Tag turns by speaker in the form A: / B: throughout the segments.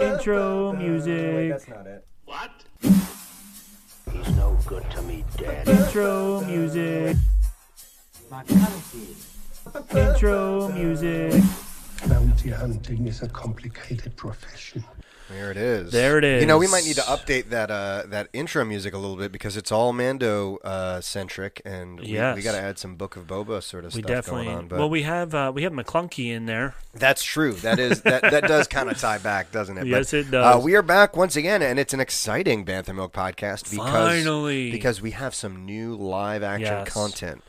A: Intro
B: Wait,
A: music.
B: that's not it.
C: What?
D: He's no good to me, Dad.
A: Intro music. Intro music.
E: Bounty hunting is a complicated profession.
F: There it is.
A: There it
F: You know, we might
A: is.
F: need to update that uh, that intro music a little bit because it's all Mando uh, centric, and we,
A: Yes.
F: we got to add some Book of Boba sort of
A: We
F: stuff
A: definitely.
F: going on. But
A: well, we have uh, we have McClunky in there.
F: that's true. That is that that does kind of tie back, doesn't it?
A: Yes, it
F: Uh,
A: does.
F: we are back once again, and it's an exciting Bantha Milk podcast because
A: Finally.
F: because we have some new live action
A: Yes.
F: content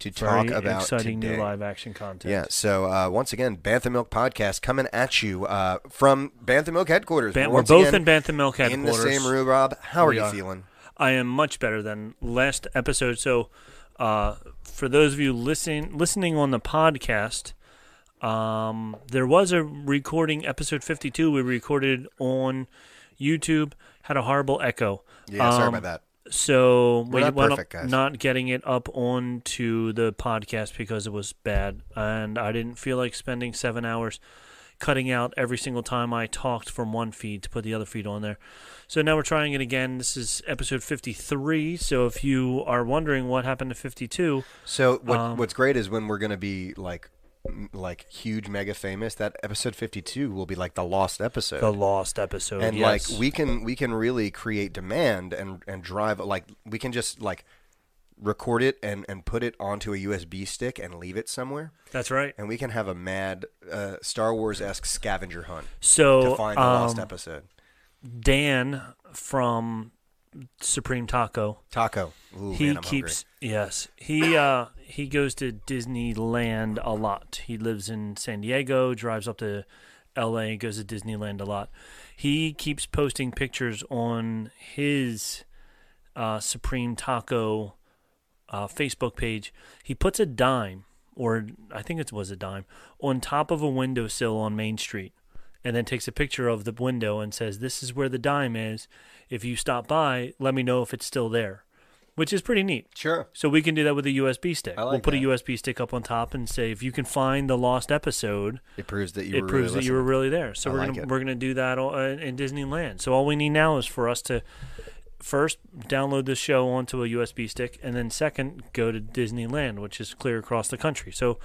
F: to
A: Very
F: talk about
A: exciting
F: today.
A: new live action content.
F: Yeah, so uh, once again, Bantha Milk Podcast coming at you uh, from Bantha Milk headquarters.
A: Ban- we're
F: Once
A: both
F: again,
A: in Bantha Milk headquarters.
F: In the same room, Rob. How are
A: We
F: you
A: are.
F: feeling?
A: I am much better than last episode. So, uh, for those of you listen, listening on the podcast, um, there was a recording, episode 52, we recorded on YouTube, had a horrible echo.
F: Yeah, sorry
A: Um,
F: about that.
A: So, we
F: not
A: wound
F: perfect,
A: up
F: guys.
A: not getting it up onto the podcast because it was bad. And I didn't feel like spending seven hours cutting out every single time I talked from one feed to put the other feed on there. So now we're trying it again. This is episode 53. So if you are wondering what happened to 52,
F: So what,
A: um,
F: what's great is when we're gonna be like m- like huge mega famous. That episode fifty two will be like the lost episode.
A: the lost episode.
F: and
A: yes.
F: like we can we can really create demand and and drive like we can just like record it and and put it onto a USB stick and leave it somewhere
A: That's right.
F: and we can have a mad uh, Star Wars esque scavenger hunt
A: So
F: to find the
A: um,
F: lost episode.
A: Dan from Supreme Taco.
F: Taco. Ooh,
A: he
F: man, I'm hungry.
A: keeps yes he uh he goes to disneyland a lot he lives in san diego drives up to la goes to disneyland a lot he keeps posting pictures on his uh, supreme taco uh, facebook page he puts a dime or i think it was a dime on top of a windowsill on main street and then takes a picture of the window and says this is where the dime is if you stop by let me know if it's still there which is pretty neat.
F: Sure.
A: So we can do that with a USB stick.
F: I like
A: we'll put
F: that.
A: a USB stick up on top and say if you can find the lost episode,
F: It proves that you
A: it
F: were
A: proves
F: really
A: that you were
F: listening.
A: really there. So
F: I
A: we're
F: like
A: gonna
F: it.
A: we're gonna do that all, uh, in Disneyland. So all we need now is for us to first download the show onto a USB stick, and then second go to Disneyland, which is clear across the country. So.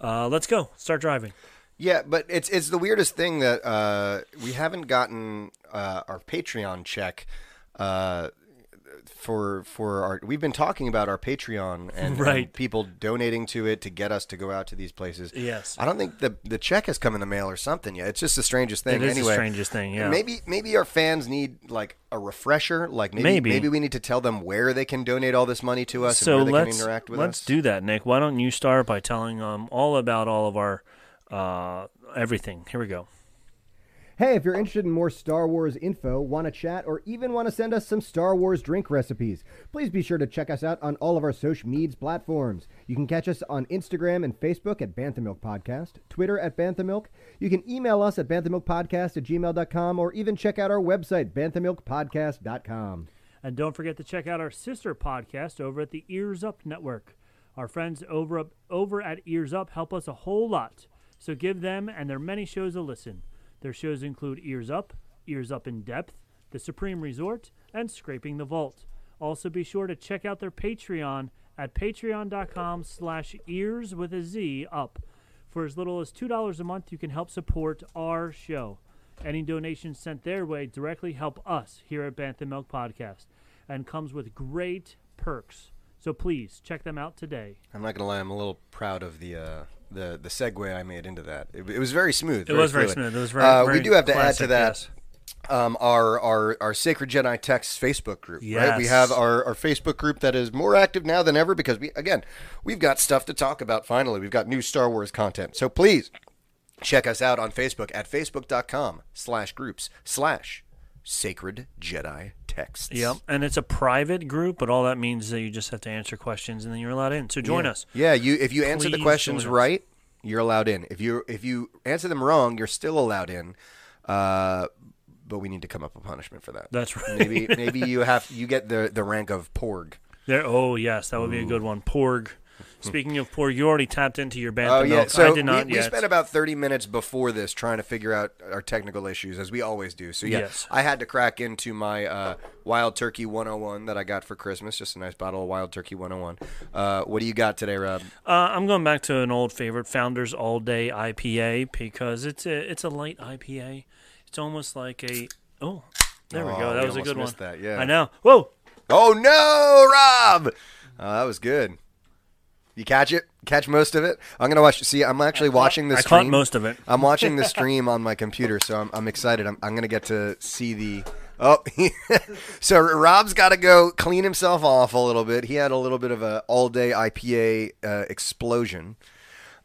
A: Uh, let's go. Start driving.
F: Yeah, but it's it's the weirdest thing that uh, we haven't gotten uh, our Patreon check uh, for for our. We've been talking about our Patreon and,
A: Right.
F: and people donating to it to get us to go out to these places.
A: Yes.
F: I don't think the the check has come in the mail or something yet. It's just the strangest thing.
A: It is the
F: anyway,
A: strangest thing, yeah.
F: Maybe maybe our fans need like a refresher. Like maybe
A: Maybe.
F: we need to tell them where they can donate all this money to us and
A: So
F: where they
A: let's
F: can interact with
A: let's
F: us.
A: do that, Nick. Why don't you start by telling um all about all of our uh everything? Here we go.
B: Hey, if you're interested in more Star Wars info, want to chat, or even want to send us some Star Wars drink recipes, please be sure to check us out on all of our social medias platforms. You can catch us on Instagram and Facebook at Banthamilk Podcast, Twitter at Banthamilk. You can email us at banthamilkpodcast at gmail.com, or even check out our website, banthamilkpodcast.com.
A: And don't forget to check out our sister podcast over at the Ears Up Network. Our friends over up, over at Ears Up help us a whole lot, so give them and their many shows a listen. Their shows include Ears Up, Ears Up in Depth, The Supreme Resort, and Scraping the Vault. Also, be sure to check out their Patreon at patreon.com slash ears with a Z up. For as little as $2 a month, you can help support our show. Any donations sent their way directly help us here at Bantha Milk Podcast and comes with great perks. So please check them out today.
F: I'm not gonna lie, I'm a little proud of the uh, the the segue I made into that. It, it was very smooth.
A: was very smooth. It was very-
F: Uh,
A: very
F: we do have to add
A: classic,
F: to that.
A: yes.
F: Um, our, our our Sacred Jedi Text Facebook group, right? We
A: Yes.
F: have our, our Facebook group that is more active now than ever because we again we've got stuff to talk about. Finally, we've got new Star Wars content. So please check us out on Facebook at facebook.com/groups/sacred slash Sacred Jedi Texts.
A: Yep. And it's a private group, but all that means is that you just have to answer questions and then you're allowed in. So join us.
F: Yeah, you if you answer the
A: Please
F: questions
A: join us.
F: right, you're allowed in. If you if you answer them wrong, you're still allowed in. Uh, but we need to come up with punishment for that.
A: That's right.
F: maybe maybe you have you get the the rank of porg.
A: There. Oh, yes. That would be a good one. Porg. Speaking of poor, you already tapped into your bantha
F: Oh yeah,
A: milk.
F: so
A: I did not
F: we, we
A: yet.
F: spent about thirty minutes before this trying to figure out our technical issues, as we always do. So yeah,
A: Yes.
F: I had to crack into my uh, Wild Turkey 101 that I got for Christmas. Just a nice bottle of Wild Turkey 101. Uh, what do you got today, Rob?
A: Uh, I'm going back to an old favorite, Founders All Day IPA, because it's a it's a light IPA. It's almost like a oh, there we
F: Oh,
A: go. That
F: we
A: was a
F: almost
A: good one.
F: missed that, yeah.
A: I know. Whoa,
F: Oh no, Rob! Uh, that was good. You catch it? Catch most of it? I'm gonna watch. See, I'm actually watching this.
A: I caught
F: stream.
A: most of it.
F: I'm watching the stream on my computer, so I'm, I'm excited. I'm, I'm gonna get to see the. Oh, so Rob's got to go clean himself off a little bit. He had a little bit of a all day IPA uh, explosion.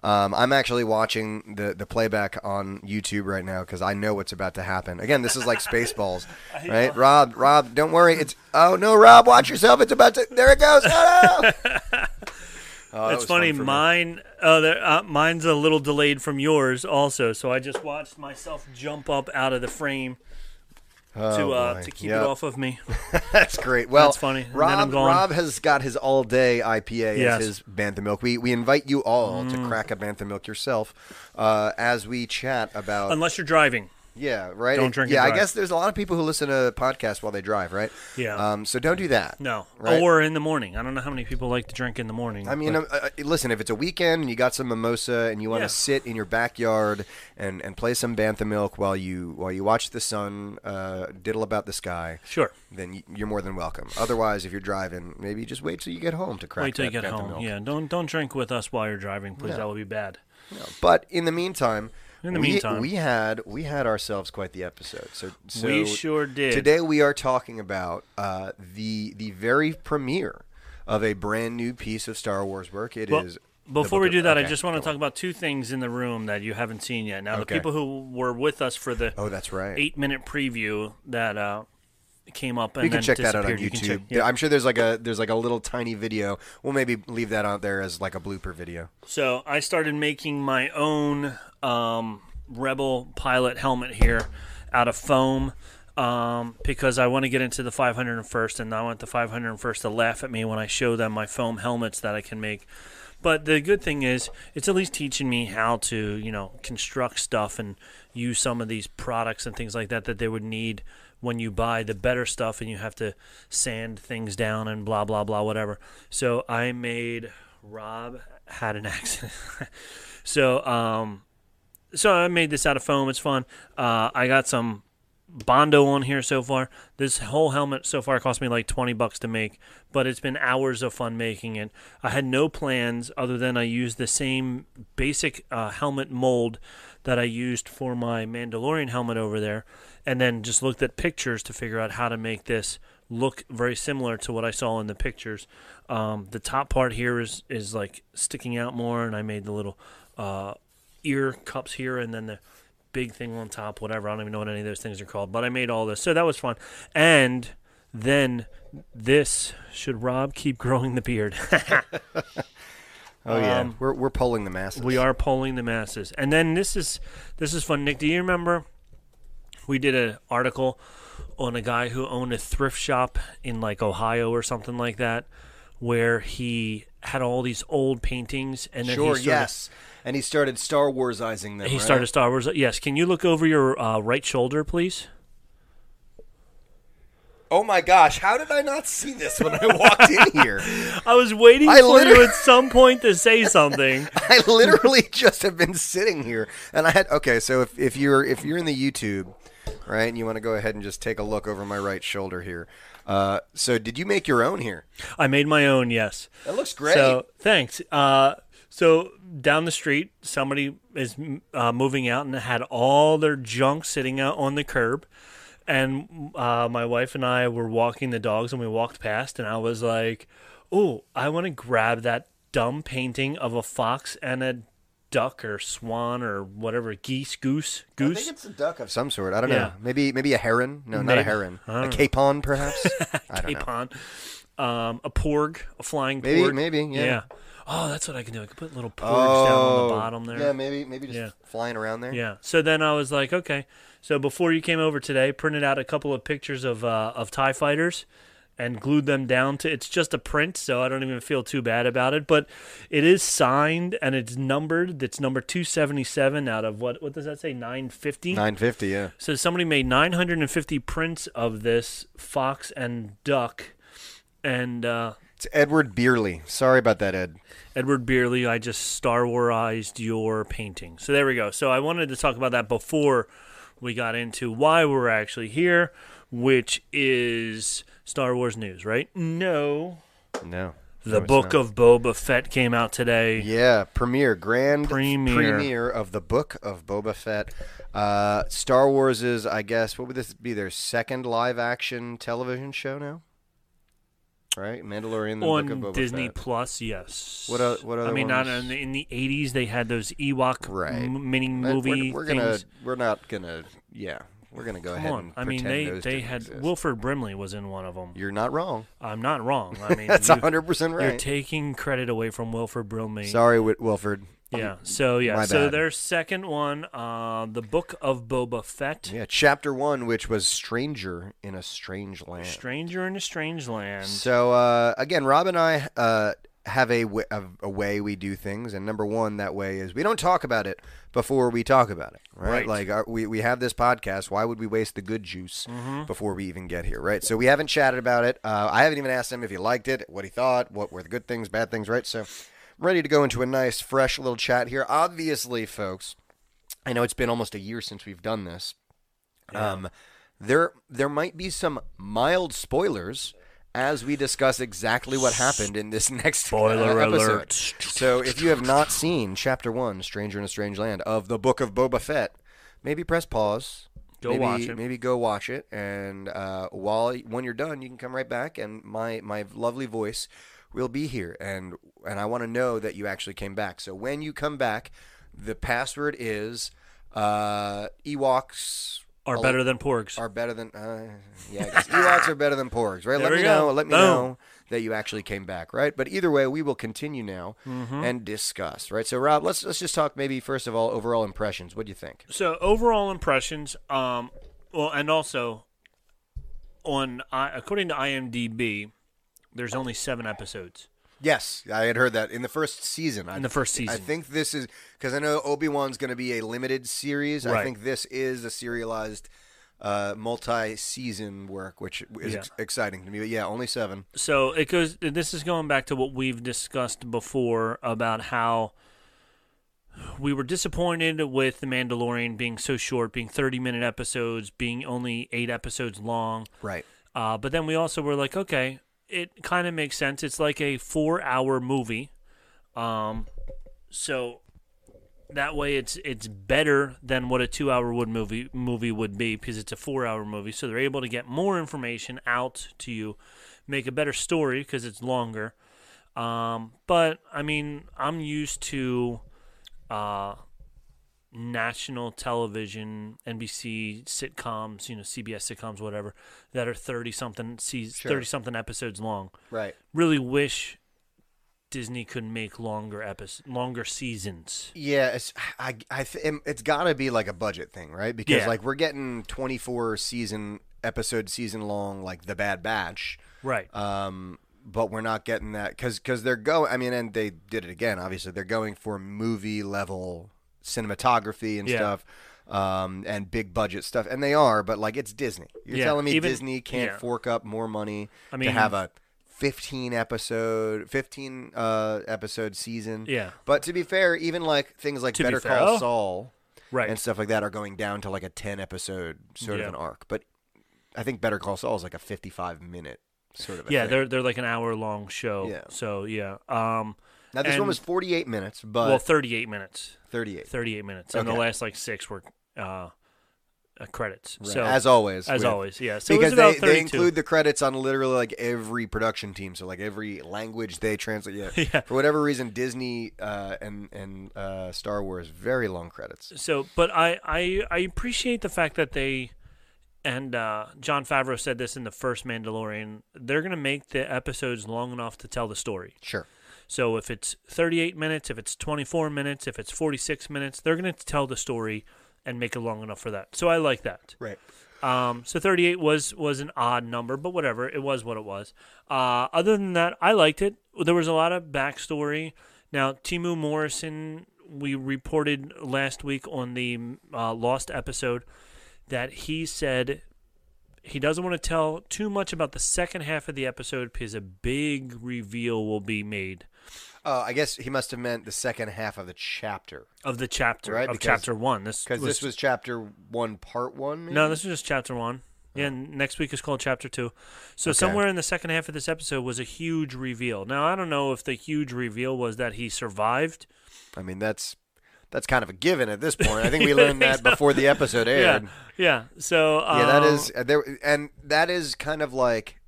F: Um, I'm actually watching the the playback on YouTube right now because I know what's about to happen. Again, this is like Spaceballs, right? Rob, Rob, don't worry. It's oh no, Rob, watch yourself. It's about to. There it goes. Oh, no! Oh, that
A: it's
F: was fun
A: funny.
F: for me.
A: Mine, uh, there, uh, mine's a little delayed from yours also. So I just watched myself jump up out of the frame to uh,
F: Oh, boy.
A: to keep
F: Yep.
A: it off of me.
F: That's great. Well,
A: That's funny. And then I'm
F: Rob,
A: gone.
F: Rob has got his all day IPA
A: Yes. Mm.
F: as his Bantha Milk. We, we invite you all to crack a Bantha Milk yourself uh, as we chat about.
A: Unless you're driving.
F: yeah, right?
A: Don't drink and
F: Yeah, I
A: drive.
F: guess there's a lot of people who listen to podcasts while they drive, right?
A: Yeah.
F: Um, so don't do that.
A: No,
F: Right?
A: or in the morning. I don't know how many people like to drink in the morning.
F: I mean,
A: but-
F: um, uh, uh, listen, if it's a weekend and you got some mimosa and you want to
A: Yeah.
F: sit in your backyard and, and play some Bantha Milk while you while you watch the sun uh, diddle about the sky,
A: Sure.
F: then y- you're more than welcome. Otherwise, if you're driving, maybe just wait till you get home to crack
A: wait till you
F: that
A: get
F: Bantha
A: home.
F: Milk.
A: Yeah, don't don't drink with us while you're driving, please. That would be bad.
F: But in the meantime,
A: In the
F: we,
A: meantime.
F: we had we had ourselves quite the episode. So, so
A: We sure did.
F: Today we are talking about uh, the the very premiere of a brand new piece of Star Wars work. It is.
A: Well,
F: the
A: before
F: Book
A: we
F: of-
A: do that, I
F: okay,
A: just want
F: go
A: to
F: on.
A: talk about two things in the room that you haven't seen yet. Now,
F: Okay.
A: the people who were with us for the
F: Oh, that's right.
A: eight-minute preview that uh, came up and
F: you can
A: then
F: check that out on
A: disappeared, you can check-
F: YouTube.
A: yeah.
F: I'm sure there's like a there's like a little tiny video. We'll maybe leave that out there as like a blooper video.
A: So I started making my own um, Rebel pilot helmet here out of foam um, because I want to get into the 501st, and I want the 501st to laugh at me when I show them my foam helmets that I can make. But the good thing is, it's at least teaching me how to, you know, construct stuff and use some of these products and things like that that they would need when you buy the better stuff and you have to sand things down and blah blah blah whatever. So I made Rob had an accident. so um so I made this out of foam. It's fun. Uh, I got some Bondo on here so far. This whole helmet so far cost me like 20 bucks to make, but it's been hours of fun making it. I had no plans other than I used the same basic uh, helmet mold that I used for my Mandalorian helmet over there, and then just looked at pictures to figure out how to make this look very similar to what I saw in the pictures. Um, the top part here is is like sticking out more, and I made the little uh, ear cups here, and then the big thing on top, whatever. I don't even know what any of those things are called, but I made all this. So that was fun. And then this should Rob keep growing the beard.
F: Oh yeah, we're we're polling the masses.
A: we are polling the masses. And then this is this is fun. Nick, do you remember we did an article on a guy who owned a thrift shop in like Ohio or something like that where he had all these old paintings and then he
F: sure.
A: sort of-
F: yes, and he started Star Warsizing them.
A: He
F: right?
A: started Star Wars. Yes, can you look over your uh, right shoulder, please?
F: Oh my gosh, how did I not see this when I walked in here?
A: I was waiting
F: I
A: for
F: literally-
A: you at some point to say something.
F: I literally just have been sitting here and I had okay, so if, if you're if you're in the YouTube, right, and you want to go ahead and just take a look over my right shoulder here. Uh, so did you make your own here?
A: I made my own, yes.
F: That looks great.
A: So thanks. Uh, so down the street, somebody is uh, moving out and had all their junk sitting out on the curb. And uh, my wife and I were walking the dogs, and we walked past, and I was like, "Oh, I want to grab that dumb painting of a fox and a duck or swan or whatever geese, goose,
F: I
A: goose."
F: think it's a duck of some sort. I don't know.
A: Yeah.
F: Maybe maybe a heron. No, not a
A: Maybe.
F: heron. A capon, perhaps. I don't know.
A: capon, um, a porg, a flying
F: Maybe-
A: porg.
F: maybe, yeah.
A: Oh, that's what I can do. I can put little porgs down on
F: Oh,
A: the bottom there.
F: Yeah, maybe maybe just
A: Yeah.
F: flying around there.
A: Yeah. So then I was like, okay. So before you came over today, printed out a couple of pictures of uh, of Tie fighters, and glued them down to it's just a print so i don't even feel too bad about it but it is signed and it's numbered it's number 277 out of what what does that say 950
F: Nine fifty, yeah.
A: so somebody made 950 prints of this fox and duck and uh
F: It's Edward Beerley. Sorry about that, Ed.
A: Edward Beerley, I just Star Warized your painting. So there we go. So I wanted to talk about that before we got into why we're actually here, which is Star Wars news, right? No.
F: No.
A: The Book of Boba Fett came out today.
F: Yeah, premiere, grand
A: Premiere.
F: premiere, of the Book of Boba Fett. Uh, Star Wars is, I guess, what would this be? Their second live action television show now, right? Mandalorian, the Book of
A: On
F: Boba
A: Disney
F: Fett.
A: Plus, yes.
F: What o- what
A: I
F: other
A: mean, not
F: ones?
A: in the, in the '80s they had those Ewok
F: Right.
A: m- mini
F: But
A: movie
F: We're, we're
A: things.
F: gonna, we're not gonna, yeah, we're gonna go ahead
A: Come on,
F: and
A: I mean
F: pretend
A: they
F: those
A: they
F: didn't
A: had
F: exist.
A: Wilford Brimley was in one of them.
F: You're not wrong.
A: I'm not wrong. I mean,
F: That's
A: you-
F: hundred percent
A: You're
F: right.
A: taking credit away from Wilford Brimley.
F: Sorry, Whit- Wilford.
A: Yeah. So yeah.
F: My
A: So
F: bad.
A: their second one, uh, the Book of Boba Fett,
F: Yeah, chapter one, which was "Stranger in a Strange Land."
A: Stranger in a Strange Land.
F: So uh, again, Rob and I uh, have a w- a a way we do things, and number one that way is we don't talk about it before we talk about it, right?
A: Right.
F: Like our, we we have this podcast. Why would we waste the good juice before we even get here, right? So we haven't chatted about it. Uh, I haven't even asked him if he liked it, what he thought, what were the good things, bad things, right? So I'm ready to go into a nice, fresh little chat here. Obviously, folks, I know it's been almost a year since we've done this. Um, there there might be some mild spoilers as we discuss exactly what happened in this next uh,
A: Spoiler
F: episode.
A: alert.
F: So if you have not seen Chapter One, Stranger in a Strange Land of the Book of Boba Fett, maybe press pause.
A: Go
F: maybe,
A: watch it.
F: Maybe go watch it, and uh, while when you're done, you can come right back, and my my lovely voice will be here, and and I want to know that you actually came back. So when you come back, the password is uh, Ewoks
A: are better than Porgs.
F: oh. are better than uh, yeah. I guess Ewoks are better than porgs, right?
A: There
F: let
A: we
F: me
A: go.
F: know. Let me
A: Boom.
F: know that you actually came back, right? But either way, we will continue now
A: Mm-hmm.
F: and discuss, right? So, Rob, let's let's just talk maybe first of all overall impressions. What do you think?
A: so overall impressions. Um. Well, and also on I according to IMDb, there's only seven episodes.
F: Yes, I had heard that in the first season. I,
A: In the first
F: I
A: season.
F: think this is because I know Obi Wan's going to be a limited series. I
A: Right.
F: think this is a serialized. Uh, multi-season work, which is
A: Yeah.
F: ex- exciting to me. But yeah, only seven.
A: so it goes this is going back to what we've discussed before about how we were disappointed with the mandalorian being so short being 30 minute episodes being only eight episodes long
F: Right.
A: uh, but then we also were like okay it kind of makes sense it's like a four hour movie um, so that way it's it's better than what a two hour wood movie movie would be because it's a four hour movie so they're able to get more information out to you make a better story because it's longer um, but i mean i'm used to uh, national television nbc sitcoms you know cbs sitcoms whatever that are 30 something 30 something episodes long
F: Right.
A: really wish Disney could make longer episodes, longer seasons.
F: Yeah, it's, I, I th- um, it's got to be like a budget thing, right? Because
A: Yeah.
F: like we're getting 24 season episode season long like The Bad Batch.
A: Right.
F: Um but we're not getting that cuz cuz they're going I mean and they did it again obviously. They're going for movie level cinematography and
A: Yeah.
F: stuff. Um, and big budget stuff, and they are, but like it's Disney. You're
A: Yeah,
F: telling me
A: even-
F: Disney can't
A: yeah.
F: fork up more money
A: I mean-
F: to have a 15 episode, 15 uh episode season.
A: Yeah.
F: But to be fair, even like things like
A: To be
F: Better
A: fair.
F: Call
A: Oh.
F: Saul
A: right.
F: and stuff like that are going down to like a 10 episode sort
A: Yeah.
F: of an arc. But I think Better Call Saul is like a 55 minute sort of a
A: yeah,
F: thing.
A: they're they're like an hour long show.
F: Yeah.
A: So yeah. Um.
F: Now this
A: and-
F: one was 48 minutes, but
A: well, thirty eight minutes.
F: 38.
A: Thirty eight minutes, and the
F: Okay.
A: last like six were uh, uh credits.
F: Right.
A: So
F: as always.
A: as
F: with-
A: always, yeah. So
F: because
A: it was
F: they,
A: about
F: they
A: 32.
F: include the credits on literally like every production team, so like every language they translate. Yeah,
A: Yeah.
F: for whatever reason, Disney uh, and and uh, Star Wars very long credits.
A: So, but I, I I appreciate the fact that they and uh, John Favreau said this in the first Mandalorian. They're gonna make the episodes long enough to tell the story.
F: Sure,
A: So if it's 38 minutes, if it's 24 minutes, if it's 46 minutes, they're going to tell the story and make it long enough for that. So I like that.
F: right.
A: Um, so 38 was was an odd number, but whatever. It was what it was. Uh, other than that, I liked it. There was a lot of backstory. Now, Timu Morrison, we reported last week on the uh, Lost episode that he said he doesn't want to tell too much about the second half of the episode because a big reveal will be made
F: Uh, I guess he must have meant the second half of the chapter
A: of the chapter
F: Right,
A: of
F: because-
A: chapter one. This
F: because this was chapter one, part one. maybe?
A: No, this is just chapter one.
F: Oh.
A: Yeah, and next week is called chapter two. So somewhere in the second half of this episode was a huge reveal. Now I don't know if the huge reveal was that he survived.
F: I mean that's that's kind of a given at this point. I think we learned that before the episode aired.
A: Yeah, yeah. So uh,
F: Yeah, that is uh, there, and that is kind of like,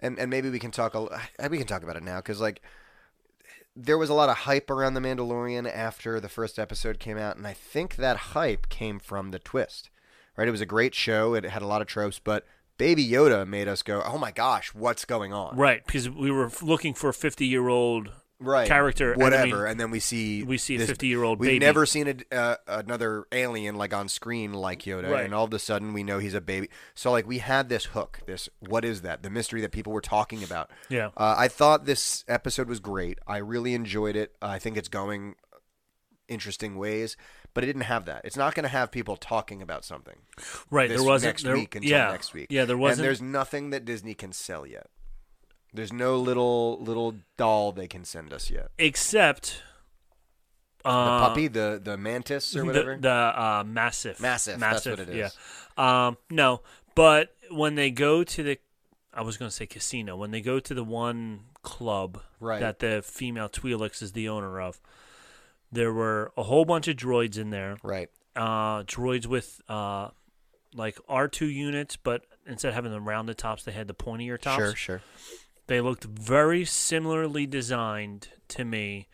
F: and and maybe we can talk a l- uh, we can talk about it now because like there was a lot of hype around the Mandalorian after the first episode came out, and I think that hype came from the twist. Right, it was a great show. It had a lot of tropes, but Baby Yoda made us go, "Oh my gosh, what's going on?"
A: right because we were f- looking for a fifty-year-old
F: Right,
A: character, and I
F: whatever,
A: mean-
F: and then we see
A: we see a
F: this-
A: 50-year-old
F: We've
A: baby.
F: never seen a, uh, another alien like on screen like Yoda,
A: Right.
F: and all of a sudden we know he's a baby. So like we had this hook, this what is that? The mystery that people were talking about.
A: Yeah.
F: uh, I thought this episode was great. I really enjoyed it. I think it's going interesting ways, but it didn't have that. It's not going to have people talking about something.
A: right.
F: this
A: there wasn't
F: next
A: there,
F: week until
A: yeah,
F: next week.
A: Yeah, there
F: And
A: wasn't.
F: there's nothing that Disney can sell yet. There's no little little doll they can send us yet.
A: except
F: The
A: uh,
F: puppy, the the mantis or whatever.
A: The, the uh, massive,
F: Massive, that's what it is.
A: Yeah. Um, no, but when they go to the, I was going to say casino. When they go to the one club
F: Right.
A: that the female Twi'lek is the owner of, there were a whole bunch of droids in there.
F: right.
A: Uh, droids with uh, like R two units, but instead of having the rounded tops, they had the pointier tops.
F: Sure, sure.
A: They looked very similarly designed to me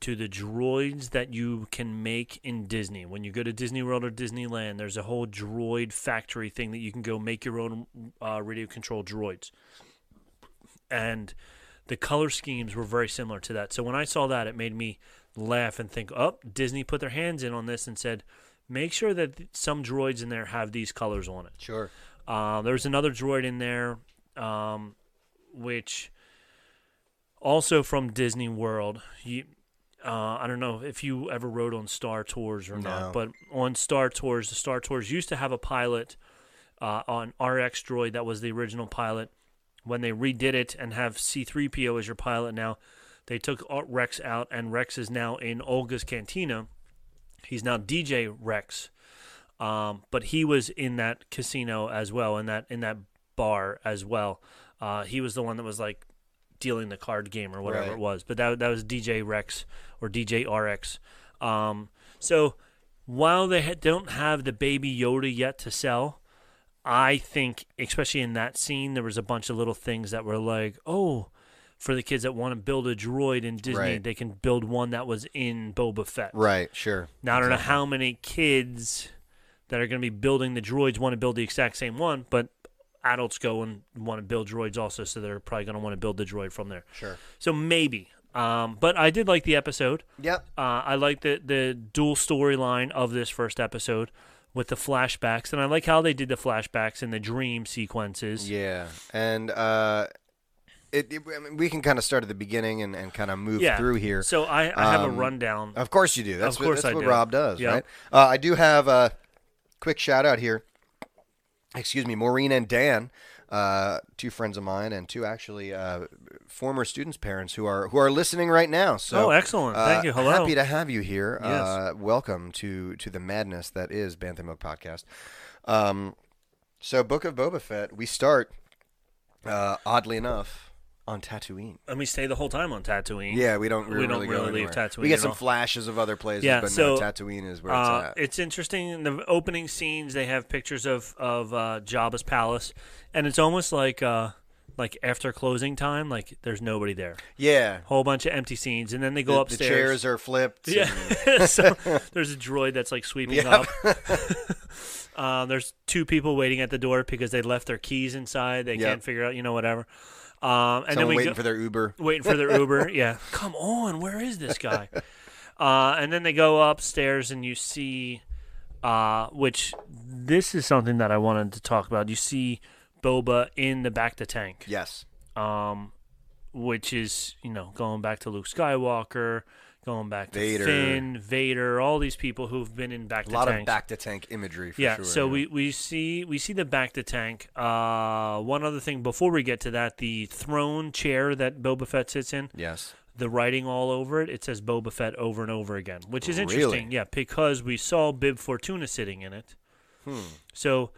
A: to the droids that you can make in Disney. When you go to Disney World or Disneyland, there's a whole droid factory thing that you can go make your own uh, radio control droids. And the color schemes were very similar to that. So when I saw that, it made me laugh and think, oh, Disney put their hands in on this and said, make sure that th- some droids in there have these colors on it.
F: Sure.
A: Uh, there was another droid in there, um, which also from Disney World. You, uh, I don't know if you ever rode on Star Tours or
F: No.
A: not, but on Star Tours, the Star Tours used to have a pilot uh, on RX droid that was the original pilot. When they redid it and have C3PO as your pilot now, they took uh, Rex out, and Rex is now in Olga's Cantina. He's now DJ Rex um, but he was in that casino as well, in that in that bar as well. Uh, he was the one that was like dealing the card game or whatever
F: Right.
A: it was. But that that was DJ Rex or DJ RX. Um, so while they ha- don't have the baby Yoda yet to sell, I think especially in that scene there was a bunch of little things that were like, oh. For the kids that want to build a droid in Disney,
F: Right.
A: they can build one that was in Boba Fett.
F: Right, sure.
A: Now I don't know how many kids that are going to be building the droids want to build the exact same one, but adults go and want to build droids also, so they're probably going to want to build the droid from there.
F: Sure.
A: So maybe. Um, but I did like the episode.
F: Yep.
A: Uh, I like the the dual storyline of this first episode with the flashbacks, and I like how they did the flashbacks and the dream sequences.
F: Yeah. And uh it, it- I mean, we can kind of start at the beginning and, and kind of move
A: Yeah.
F: through here.
A: So I, I have a
F: Um,
A: rundown.
F: Of course you do. That's
A: Of
F: what,
A: course
F: that's
A: I
F: what
A: do.
F: Rob does,
A: Yep.
F: right? Uh, I do have a quick shout out here. Excuse me, Maureen and Dan, uh, two friends of mine, and two actually uh, former students' parents who are who are listening right now. So,
A: Oh, excellent.
F: uh,
A: Thank you. Hello.
F: Happy to have you here.
A: Yes.
F: Uh, welcome to to the madness that is Bantha Milk Podcast. Um, so, Book of Boba Fett. We start uh, oddly enough on Tatooine.
A: and we stay the whole time on Tatooine.
F: Yeah, we don't. We,
A: We don't
F: really, go
A: really leave
F: anywhere.
A: Tatooine
F: We get
A: at
F: some
A: all.
F: flashes of other places,
A: Yeah,
F: but
A: so,
F: no, Tatooine is where
A: Uh,
F: it's at.
A: it's interesting. In the opening scenes, they have pictures of of uh, Jabba's palace, and it's almost like uh, like after closing time, like there's nobody there.
F: yeah,
A: Whole bunch of empty scenes, and then they go
F: the, the
A: upstairs.
F: chairs are flipped. and-
A: yeah, so there's a droid that's like sweeping
F: Yep.
A: up. uh, there's two people waiting at the door because they left their keys inside. They
F: Yep.
A: can't figure out, you know, whatever. Um, and then
F: someone
A: we
F: waiting
A: go-
F: for their Uber.
A: waiting for their Uber. Yeah, come on, where is this guy? Uh, and then they go upstairs, and you see, uh, which this is something that I wanted to talk about. You see Boba in the back to tank.
F: Yes.
A: um, which is you know going back to Luke Skywalker, going back to
F: Vader.
A: Finn, Vader, all these people who've been in back
F: A
A: to
F: lot
A: tanks.
F: of back to tank imagery for
A: yeah,
F: sure.
A: so we, we see we see the back to tank. Uh, one other thing before we get to that, the throne chair that Boba Fett sits in,
F: Yes.
A: the writing all over it, it says Boba Fett over and over again, which is
F: Really?
A: interesting. Yeah, because we saw Bib Fortuna sitting in it.
F: Hmm.
A: So,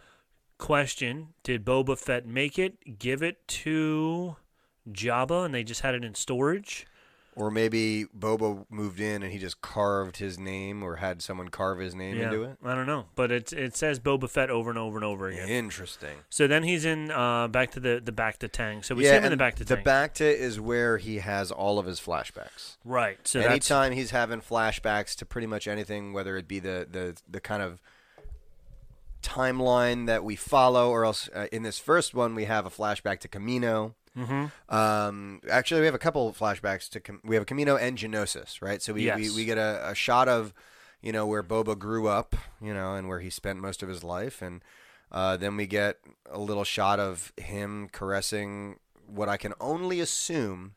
A: question: Did Boba Fett make it? Give it to Jabba, and they just had it in storage.
F: Or maybe Boba moved in and he just carved his name or had someone carve his name
A: yeah,
F: into it.
A: I don't know, but it it says Boba Fett over and over and over again.
F: Interesting.
A: So then he's in uh, back to the the back to Tang. So we see him in the
F: and
A: back to
F: the
A: Tang.
F: back to is where he has all of his flashbacks.
A: right. So that's
F: Anytime he's having flashbacks to pretty much anything, whether it be the the, the kind of timeline that we follow, or else uh, in this first one we have a flashback to Camino. Mm-hmm. Um, actually, we have a couple of flashbacks to Cam- we have Camino and Genosis, right? So we we,
A: Yes.
F: we get a, a shot of you know where Boba grew up, you know, and where he spent most of his life, and uh, then we get a little shot of him caressing what I can only assume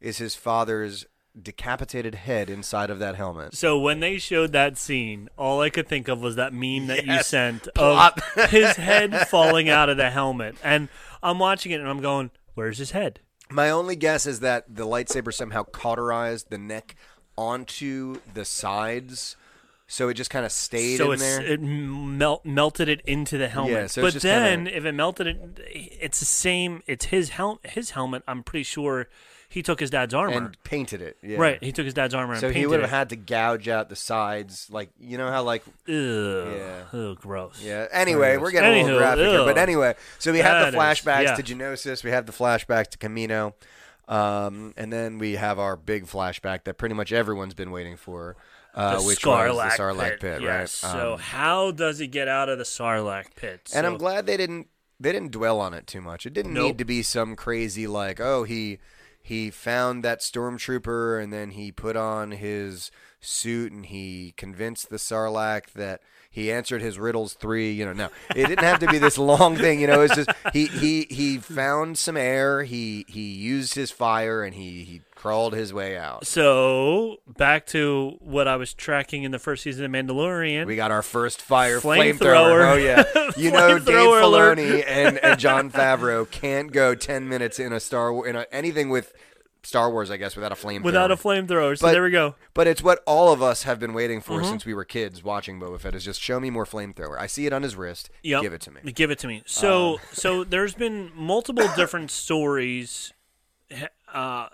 F: is his father's decapitated head inside of that helmet.
A: So when they showed that scene, all I could think of was that meme that you
F: Yes.
A: sent
F: Plop.
A: of his head falling out of the helmet. And I'm watching it and I'm going, "Where's his head?"
F: My only guess is that the lightsaber somehow cauterized the neck onto the sides, so it just kind of stayed
A: so
F: in
A: it's,
F: there.
A: it melt, melted it into the helmet.
F: Yeah, so it's
A: but
F: just
A: then
F: kinda-
A: if it melted it, it's the same. It's his helmet. His helmet. I'm pretty sure he took his dad's armor.
F: and painted it. Yeah.
A: Right, he took his dad's armor
F: So
A: and
F: he
A: painted
F: would have
A: it.
F: had to gouge out the sides, like you know how like
A: Ugh,
F: Yeah.
A: Ugh, gross.
F: yeah. Anyway, we're getting a little
A: Anywho,
F: graphic here, but
A: ew.
F: anyway, so we have the
A: That is-
F: flashbacks
A: yeah.
F: to Genosis, we have the flashbacks to Camino, um, and then we have our big flashback that pretty much everyone's been waiting for, uh,
A: The
F: which
A: Sarlacc
F: was the Sarlacc pit, right?
A: Yes. so
F: Um,
A: how does he get out of the Sarlacc pit?
F: and
A: So-
F: I'm glad they didn't they didn't dwell on it too much. It didn't
A: Nope.
F: need to be some crazy like, oh, he he found that stormtrooper and then he put on his suit and he convinced the Sarlacc that he answered his riddles three. You know, no, it didn't have to be this long thing. You know, it's just he he he found some air. He he used his fire and he he crawled his way out.
A: So back to what I was tracking in the first season of Mandalorian.
F: We got our first fire
A: Flamethrower.
F: flamethrower. Oh yeah, you know Dave
A: Flamethrower alert.
F: Filoni and, and John Favreau can't go ten minutes in a Star War in a, anything with Star Wars, I guess, without a flamethrower.
A: without a flamethrower. So
F: But-
A: there we go.
F: But it's what all of us have been waiting for
A: Mm-hmm.
F: since we were kids watching Boba Fett. Is just show me more flamethrower. I see it on his wrist.
A: Yep.
F: Give it to me. Um,
A: Give it to me. So so there's been multiple different stories uh,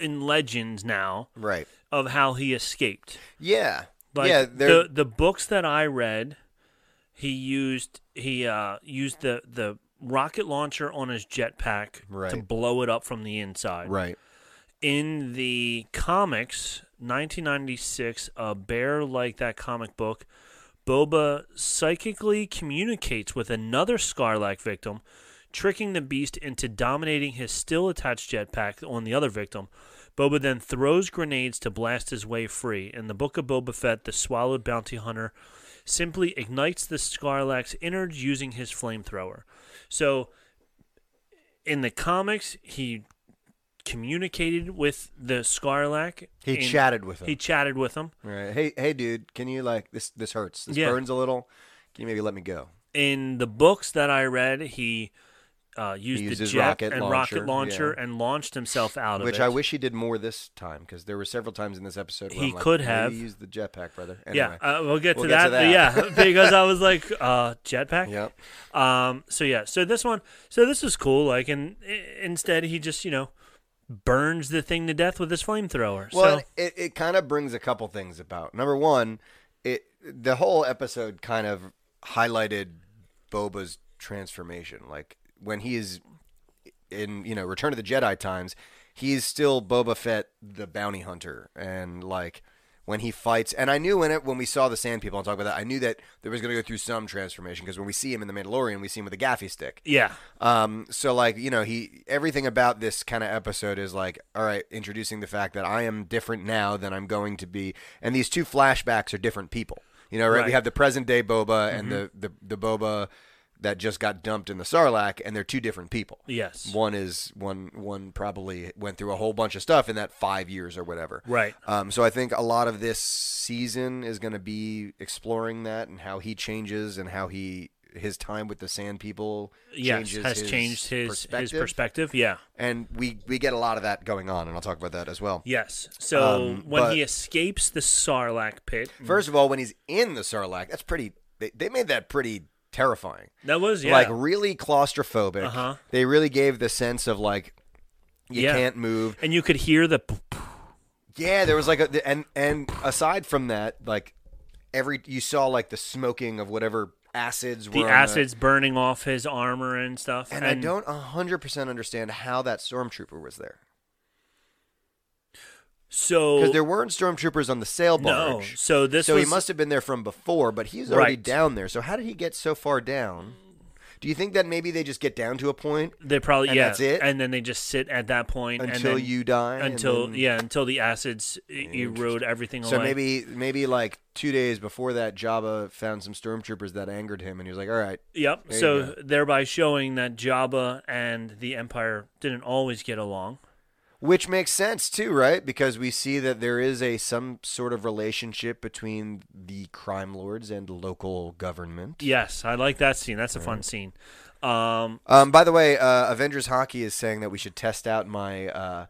A: in legends now
F: Right.
A: of how he escaped.
F: Yeah.
A: Like
F: yeah. There.
A: the the books that I read, he used he uh, used the the rocket launcher on his jetpack to
F: Right.
A: blow it up from the inside.
F: right.
A: in the comics 1996 a bear like that comic book boba psychically communicates with another scarlac victim tricking the beast into dominating his still attached jetpack on the other victim boba then throws grenades to blast his way free in the book of boba fett the swallowed bounty hunter simply ignites the scarlac's innards using his flamethrower so in the comics he communicated with the Scarlac.
F: He
A: and
F: chatted with him.
A: He chatted with him.
F: right. Hey, hey, dude. Can you like this? This hurts. This
A: Yeah.
F: burns a little. Can you maybe let me go?
A: In the books that I read, he uh, used
F: used
A: the
F: his
A: jet
F: rocket
A: and
F: launcher,
A: rocket launcher
F: yeah.
A: and launched himself out of
F: Which
A: it.
F: I wish he did more this time because there were several times in this episode where
A: He
F: I'm like,
A: could
F: "Maybe
A: have."
F: used the jetpack, brother. Anyway.
A: Yeah, uh, we'll get,
F: We'll
A: to,
F: get
A: that,
F: to that.
A: Yeah, because I was like, uh, jetpack.
F: Yep.
A: Um. So yeah. So this one. So this is cool. Like, and i- instead he just you know burns the thing to death with his flamethrower.
F: Well,
A: so
F: it, it kind of brings a couple things about. Number one, it the whole episode kind of highlighted Boba's transformation. Like when he is in you know Return of the Jedi times, he's still Boba Fett, the bounty hunter, and like when he fights. And I knew in it when we saw the Sand People and talk about that, I knew that there was going to go through some transformation because when we see him in the Mandalorian, we see him with a gaffy stick.
A: yeah.
F: Um, so like you know, he everything about this kind of episode is like, all right, introducing the fact that I am different now than I'm going to be, and these two flashbacks are different people. You know, right? We
A: Right. Mm-hmm.
F: have the present day Boba and the, the the Boba that just got dumped in the Sarlacc, and they're two different people.
A: Yes.
F: one is one one probably went through a whole bunch of stuff in that five years or whatever.
A: Right.
F: Um, so I think a lot of this season is going to be exploring that and how he changes and how he his time with the Sand People
A: Yes,
F: changes
A: has changed his his perspective. Yeah.
F: and we we get a lot of that going on, and I'll talk about that as well.
A: Yes. So
F: Um,
A: when
F: but-
A: he escapes the Sarlacc pit,
F: First of all, when he's in the Sarlacc, that's pretty. They, they made that pretty terrifying.
A: that was yeah.
F: Like really claustrophobic.
A: Uh-huh.
F: They really gave the sense of like you
A: Yeah.
F: can't move.
A: and you could hear the
F: Yeah, there was like a and and aside from that, like every you saw like the smoking of whatever acids were
A: the
F: on
A: acids burning off his armor and stuff.
F: and, I don't hundred percent understand how that stormtrooper was there
A: So
F: because there weren't stormtroopers on the sail
A: Oh. No,
F: barge.
A: so this
F: so he
A: was-
F: must have been there from before, but he's already
A: Right.
F: down there. So how did he get so far down? Do you think that maybe they just get down to a point
A: they probably
F: and
A: yeah,
F: that's it?
A: and then they just sit at that point and
F: until
A: then-
F: you die? and
A: until
F: then-
A: yeah until the acids e- erode everything
F: So
A: away.
F: maybe maybe like two days before that, Jabba found some stormtroopers that angered him, and he was like, "All right,
A: Yep.
F: There you
A: so thereby showing that Jabba and the Empire didn't always get along.
F: Which makes sense too, right? Because we see that there is a some sort of relationship between the crime lords and local government.
A: Yes, I like that scene. That's a fun scene. Um,
F: Um, by the way, uh, Avengers Hockey is saying that we should test out my uh,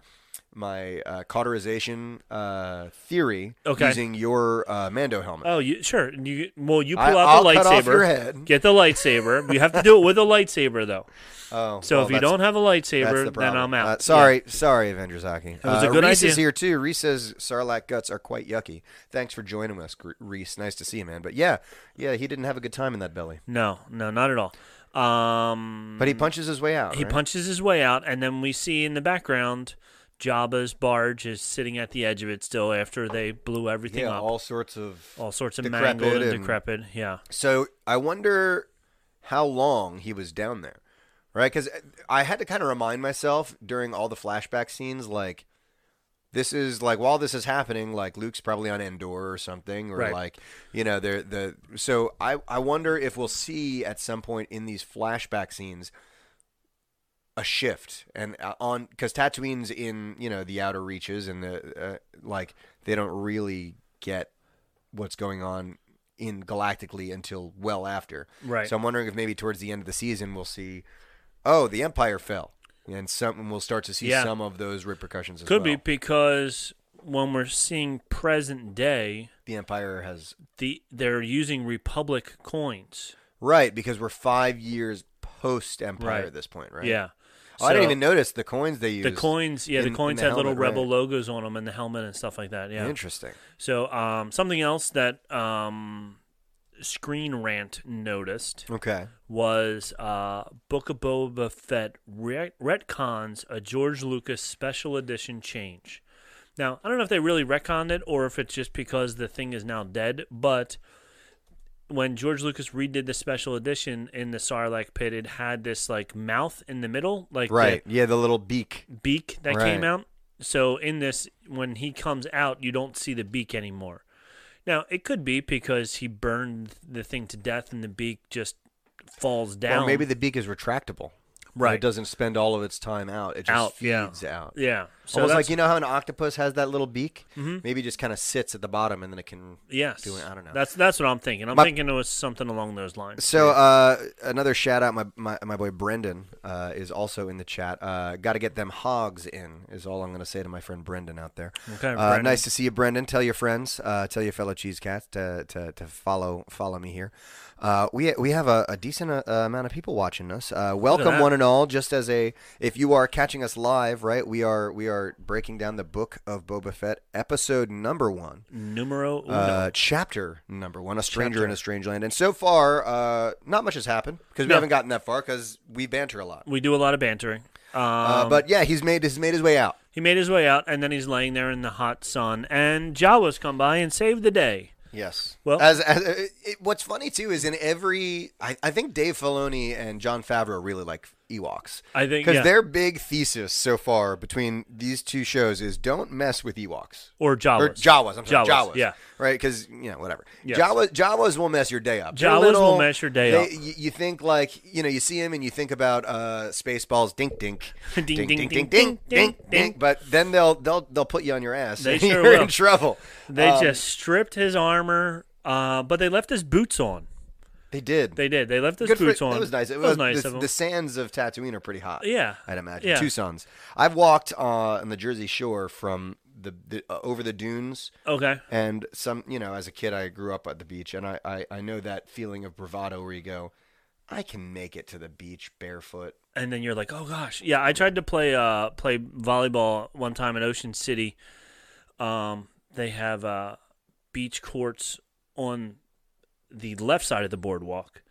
F: my uh, cauterization uh, theory
A: Okay.
F: using your uh, Mando helmet.
A: oh, you sure? You well, you pull
F: I-
A: out the
F: I'll
A: lightsaber.
F: cut off your head.
A: Get the lightsaber. you have to do it with a lightsaber though.
F: oh,
A: So
F: well,
A: if you
F: that's-
A: don't have a
F: that's
A: lightsaber,
F: the
A: then
F: problem.
A: I'm out.
F: Uh, sorry, sorry, Avengers Hockey. That
A: was a good
F: Reese is
A: idea.
F: here too. Reese says Sarlacc guts are quite yucky. Thanks for joining us, Gr- Reese. Nice to see you, man. But yeah, yeah, he didn't have a good time in that belly.
A: Yeah. No, no, not at all. Um,
F: But he punches his way out.
A: he
F: right?
A: punches his way out, and then we see in the background. Jabba's barge is sitting at the edge of it still after they blew everything
F: yeah,
A: up.
F: all sorts of.
A: all sorts of
F: decrepit
A: mangled and,
F: and-
A: decrepit. Yeah,
F: So I wonder how long he was down there, right? Because I had to kind of remind myself during all the flashback scenes, like this is like while this is happening, like Luke's probably on Endor or something, or
A: Right.
F: like you know they're the. So I I wonder if we'll see at some point in these flashback scenes a shift and uh, on because Tatooine's in you know the outer reaches and the uh, like they don't really get what's going on in galactically until well after.
A: Right.
F: So I'm wondering if maybe towards the end of the season we'll see, oh, the Empire fell, and something we'll start to see
A: Yeah.
F: some of those repercussions. As
A: could be
F: well.
A: because when we're seeing present day,
F: the Empire has
A: the they're using Republic coins.
F: right because we're five years post Empire
A: Right.
F: at this point, right?
A: Yeah,
F: Oh, I didn't
A: So
F: even notice the coins they used.
A: the coins. Yeah,
F: in-
A: the
F: in
A: coins
F: the
A: had little
F: helmet, right.
A: rebel logos on them and the helmet and stuff like that. Yeah.
F: Interesting.
A: So um, something else that um, Screen Rant noticed
F: Okay.
A: was uh, Book of Boba Fett ret- retcons a George Lucas special edition change. Now, I don't know if they really retconned it or if it's just because the thing is now dead, but when George Lucas redid the special edition in the Sarlacc pit, it had this like mouth in the middle, like the
F: Right. Yeah, the little beak.
A: beak that came
F: Right.
A: out. So in this, when he comes out, you don't see the beak anymore. Now it could be because he burned the thing to death, and the beak just falls down.
F: Well, maybe the beak is retractable.
A: right
F: It doesn't spend all of its time out. It just
A: out, yeah,
F: feeds out.
A: yeah. So
F: Almost
A: that's, Mm-hmm.
F: like you know how an octopus has that little beak. Maybe just kind of sits at the bottom and then it can
A: yes,
F: doing- I don't know.
A: That's that's what I'm thinking. I'm
F: My-
A: thinking it was something along those lines.
F: So uh, another shout out, my my, my boy Brendan uh, is also in the chat. Uh, Got to get them hogs in is all I'm going to say to my friend Brendan out there.
A: Okay,
F: uh,
A: Brendan.
F: nice to see you, Brendan. Tell your friends, uh, tell your fellow cheese cats to, to, to follow follow me here. Uh, we we have a, a decent uh, amount of people watching us. Uh, welcome
A: that.
F: one and all. Just as a if you are catching us live, right? We are we are breaking down the book of Boba Fett, episode number one
A: Numero uno.
F: uh, chapter number one, A Stranger in a Strange Land. And so far, uh, not much has happened because we
A: No.
F: haven't gotten that far because we banter a lot.
A: we do a lot of bantering. Um,
F: Uh, but yeah, he's made he's made his way out.
A: he made his way out, and then he's laying there in the hot sun, and Jawas come by and save the day.
F: Yes.
A: Well-
F: as, as it, what's funny too is in every, I, I think Dave Filoni and John Favreau really like Ewoks.
A: I think-
F: because
A: yeah.
F: their big thesis so far between these two shows is don't mess with Ewoks.
A: or Jawas.
F: Or Jawas, I'm sorry,
A: Jawas,
F: Jawas.
A: yeah.
F: right. Because you know, whatever.
A: Yes.
F: Jawas, Jawas will mess your day up. They're
A: Jawas will mess your day up.
F: y- You think like you know, you see him and you think about uh, Spaceballs, dink dink,
A: Ding,
F: dink,
A: ding, ding, ding,
F: dink,
A: ding,
F: dink,
A: ding.
F: dink. But then they'll they'll they'll put you on your ass.
A: They
F: and
A: sure
F: you're
A: will.
F: in trouble. Um,
A: They just stripped his armor, uh, but they left his boots on.
F: They did.
A: They did. They left his
F: Good for-
A: boots on.
F: That was nice. It
A: That
F: was,
A: nice
F: The,
A: of 'em.
F: the sands of Tatooine are pretty hot.
A: Yeah.
F: I'd imagine.
A: Yeah.
F: Tucson's. I've walked uh, on the Jersey Shore from the, the uh, over the dunes.
A: okay.
F: And some, you know, as a kid, I grew up at the beach, and I, I, I know that feeling of bravado where you go, I can make it to the beach barefoot.
A: and then you're like, oh gosh, yeah. I tried to play uh play volleyball one time in Ocean City. Um, they have uh beach courts on the left side of the boardwalk.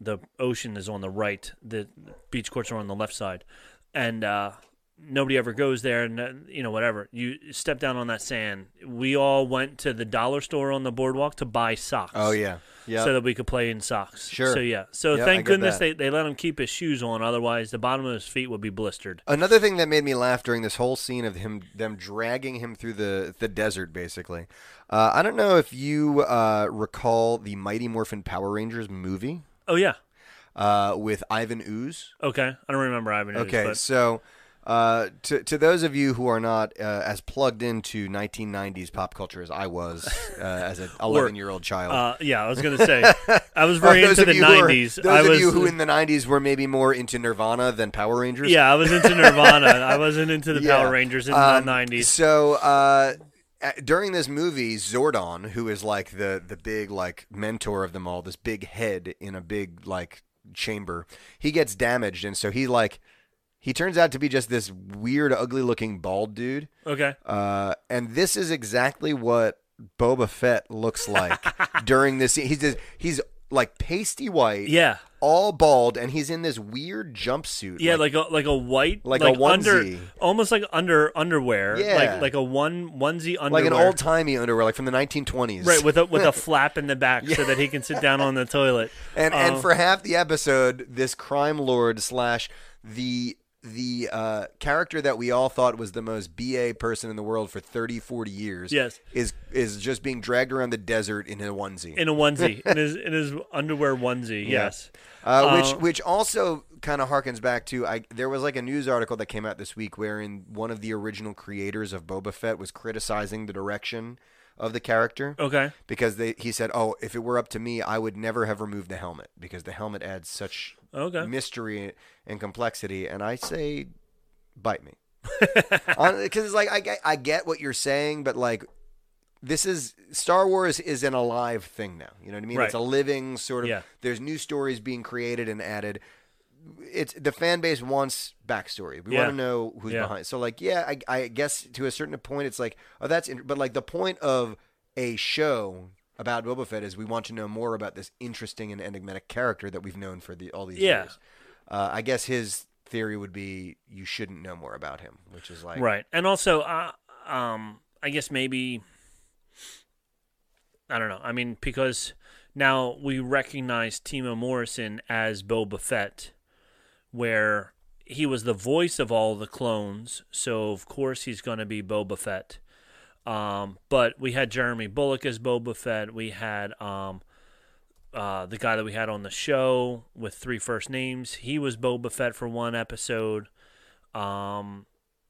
A: The ocean is on the right. The beach courts are on the left side, and uh, nobody ever goes there. And uh, you know whatever you step down on that sand. We all went to the dollar store on the boardwalk to buy socks.
F: Oh, yeah, yeah.
A: So that we could play in socks.
F: Sure.
A: So yeah. So
F: Yep, I
A: thank
F: get
A: goodness
F: that.
A: they, they let him keep his shoes on, otherwise the bottom of his feet would be blistered.
F: Another thing that made me laugh during this whole scene of him them dragging him through the the desert, basically. Uh, I don't know if you uh, recall the Mighty Morphin Power Rangers movie
A: Oh yeah.
F: uh, with Ivan Ooze.
A: Okay. I don't remember Ivan. Ooze,
F: Okay,
A: but-
F: so uh, to to those of you who are not uh, as plugged into 1990s pop culture as I was uh, as an 11 year old child,
A: uh, yeah, I was gonna say I was very
F: Uh, those
A: into
F: of
A: the
F: you who are-
A: nineties.
F: those
A: I
F: of
A: was
F: you who in the '90s were maybe more into Nirvana than Power Rangers.
A: Yeah, I was into Nirvana. I wasn't into the
F: Yeah.
A: Power Rangers in
F: Um,
A: the nineties.
F: So uh, at- during this movie, Zordon, who is like the the big like mentor of them all, this big head in a big like chamber, he gets damaged, and so he like he turns out to be just this weird, ugly looking bald dude.
A: Okay.
F: Uh, and this is exactly what Boba Fett looks like during this scene. He's just, he's like pasty white,
A: Yeah.
F: all bald, and he's in this weird jumpsuit.
A: Yeah, like, a like a white
F: Like a
A: under
F: onesie.
A: almost like under underwear.
F: Yeah.
A: Like like a one onesie underwear.
F: like an old timey underwear, like from the 1920s.
A: Right, with a with a flap in the back so that he can sit down on the toilet.
F: and
A: Um,
F: and for half the episode, this crime lord slash the the uh, character that we all thought was the most ba person in the world for 30 40 years
A: Yes.
F: is is just being dragged around the desert in a onesie
A: in a onesie, in his in his underwear onesie. Yes.
F: Uh, which
A: Uh,
F: which also kind of harkens back to I there was like a news article that came out this week wherein one of the original creators of Boba Fett was criticizing the direction of the character
A: Okay.
F: because they he said, "Oh, if it were up to me, I would never have removed the helmet because the helmet adds such
A: Okay.
F: mystery and complexity." And I say, "Bite me." Because it's like I get, I get what you're saying, but like this is Star Wars is an alive thing now. You know what I mean?
A: Right.
F: It's a living sort of.
A: Yeah.
F: There's new stories being created and added. It's the fan base wants backstory. We
A: Yeah.
F: want to know who's
A: Yeah.
F: behind. So like, yeah, I, I guess to a certain point, it's like, oh, that's. In-, but like the point of a show about Boba Fett is we want to know more about this interesting and enigmatic character that we've known for the all these
A: Yeah.
F: years. Uh, I guess his theory would be you shouldn't know more about him, which is like
A: Right. And also, uh, um, I guess maybe I don't know. I mean, because now we recognize Timo Morrison as Boba Fett, where he was the voice of all the clones, so of course he's going to be Boba Fett. Um, but we had Jeremy Bullock as Boba Fett. We had um, uh, the guy that we had on the show with three first names. He was Boba Fett for one episode. Um,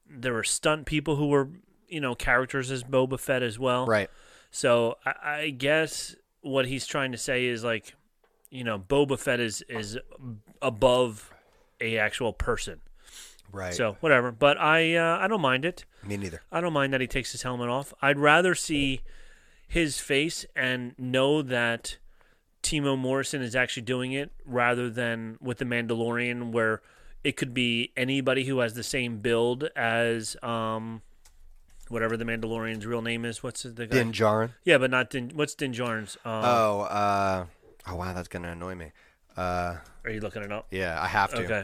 A: there were stunt people who were, you know, characters as Boba Fett as well.
F: right.
A: So I, I guess what he's trying to say is like, you know, Boba Fett is is above a actual person.
F: Right.
A: So whatever. But I uh, I don't mind it.
F: me neither.
A: I don't mind that he takes his helmet off. I'd rather see his face and know that Timo Morrison is actually doing it rather than with the Mandalorian where it could be anybody who has the same build as um whatever the Mandalorian's real name is. What's the guy?
F: Din Djarin.
A: Yeah, but not Din. What's Din Djarin's? Um,
F: Oh, uh, oh wow, that's gonna annoy me. Uh,
A: are you looking it up?
F: yeah, I have to.
A: Okay.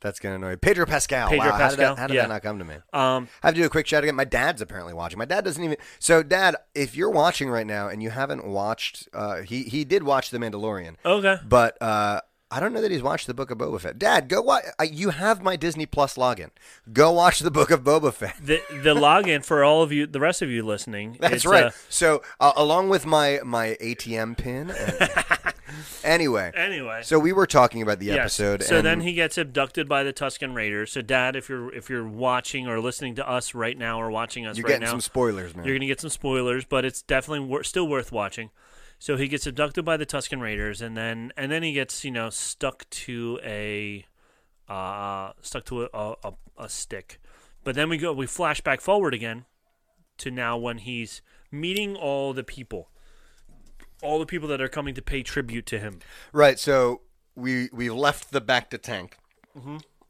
F: That's gonna annoy me. Pedro Pascal.
A: Pedro
F: wow, how did,
A: Pascal,
F: that, how did
A: yeah.
F: that not come to me?
A: Um,
F: I have to do a quick shout again. My dad's apparently watching. My dad doesn't even. So, Dad, if you're
A: Oh,
F: watching right now and you haven't watched, uh, he he did watch The Mandalorian,
A: okay.
F: but uh, I don't know that he's watched the Book of Boba Fett. Dad, go watch. You have my Disney Plus login. Go watch the Book of Boba Fett.
A: The the login for all of you, the rest of you listening.
F: That's
A: it's,
F: right.
A: uh,
F: so uh, along with my my ATM pin. and- anyway.
A: anyway,
F: So we were talking about the
A: yes.
F: episode.
A: So
F: and
A: then he gets abducted by the Tuscan Raiders. So Dad, if you're if you're watching or listening to us right now or watching us
F: you're
A: right
F: getting
A: now,
F: some spoilers, man.
A: You're going to get some spoilers, but it's definitely wor- still worth watching. So he gets abducted by the Tuscan Raiders, and then and then he gets you know stuck to a uh, stuck to a, a, a, a stick. But then we go we flash back forward again to now when he's meeting all the people, all the people that are coming to pay tribute to him.
F: Right. So we we left the back to tank.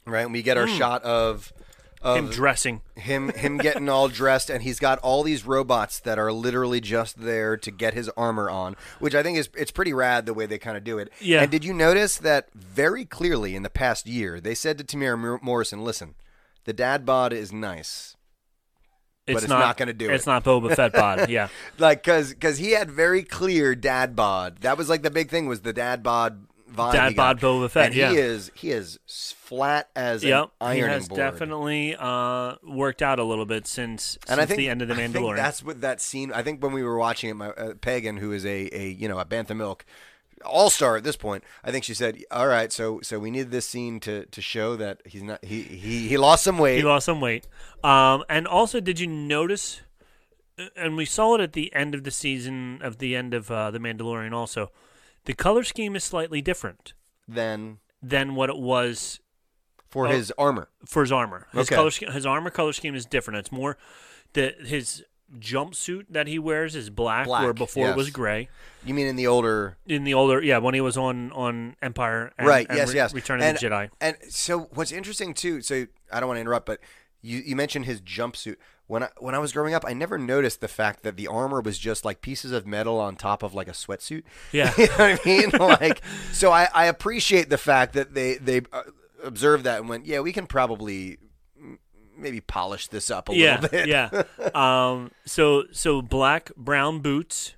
F: Right. And we get our shot of of
A: Mm-hmm. Mm. Him dressing.
F: him him getting all dressed and he's got all these robots that are literally just there to get his armor on which i think is it's pretty rad the way they kind of do it
A: Yeah.
F: and did you notice that very clearly in the past year they said to tamir Mor- morrison listen the dad bod is nice
A: It's,
F: it's not gonna do
A: It's
F: it.
A: not Boba Fett bod. Yeah.
F: like because he had very clear dad bod that was like the big thing was the dad bod vibe
A: Dad
F: Uh, he got.
A: bod Boba Fett,
F: and
A: yeah.
F: he is he is s- flat as an
A: Yep, he
F: ironing
A: has
F: board.
A: definitely uh, worked out a little bit since, since
F: and I think
A: the end of the
F: I think
A: Mandalorian.
F: that's what that scene. I think when we were watching it, my uh, Pagan, who is a a you know a Bantha Milk all star at this point, I think she said, "All right, so so we need this scene to to show that he's not he he he lost some weight."
A: He lost some weight. Um, and also, did you notice? uh, And we saw it at the end of the season of the end of uh, the Mandalorian. Also, the color scheme is slightly different
F: then
A: than what it was
F: for
A: Oh.
F: his armor,
A: for his armor. His
F: Okay.
A: color scheme, his armor color scheme is different. It's more the his jumpsuit that he wears is black, where
F: Black,
A: before it was
F: yes.
A: gray.
F: you mean in the older
A: In the older, yeah, when he was on on Empire, and,
F: right?
A: and
F: yes,
A: Re-
F: yes.
A: Return of
F: and,
A: the Jedi.
F: And so what's interesting too. So I don't want to interrupt, but you you mentioned his jumpsuit. When I, when I was growing up, I never noticed the fact that the armor was just like pieces of metal on top of like a sweatsuit.
A: Yeah.
F: you know what I mean? Like, so I, I appreciate the fact that they they uh, observed that and went, yeah, we can probably m- maybe polish this up a
A: yeah,
F: little bit.
A: yeah. Um, so so black brown boots.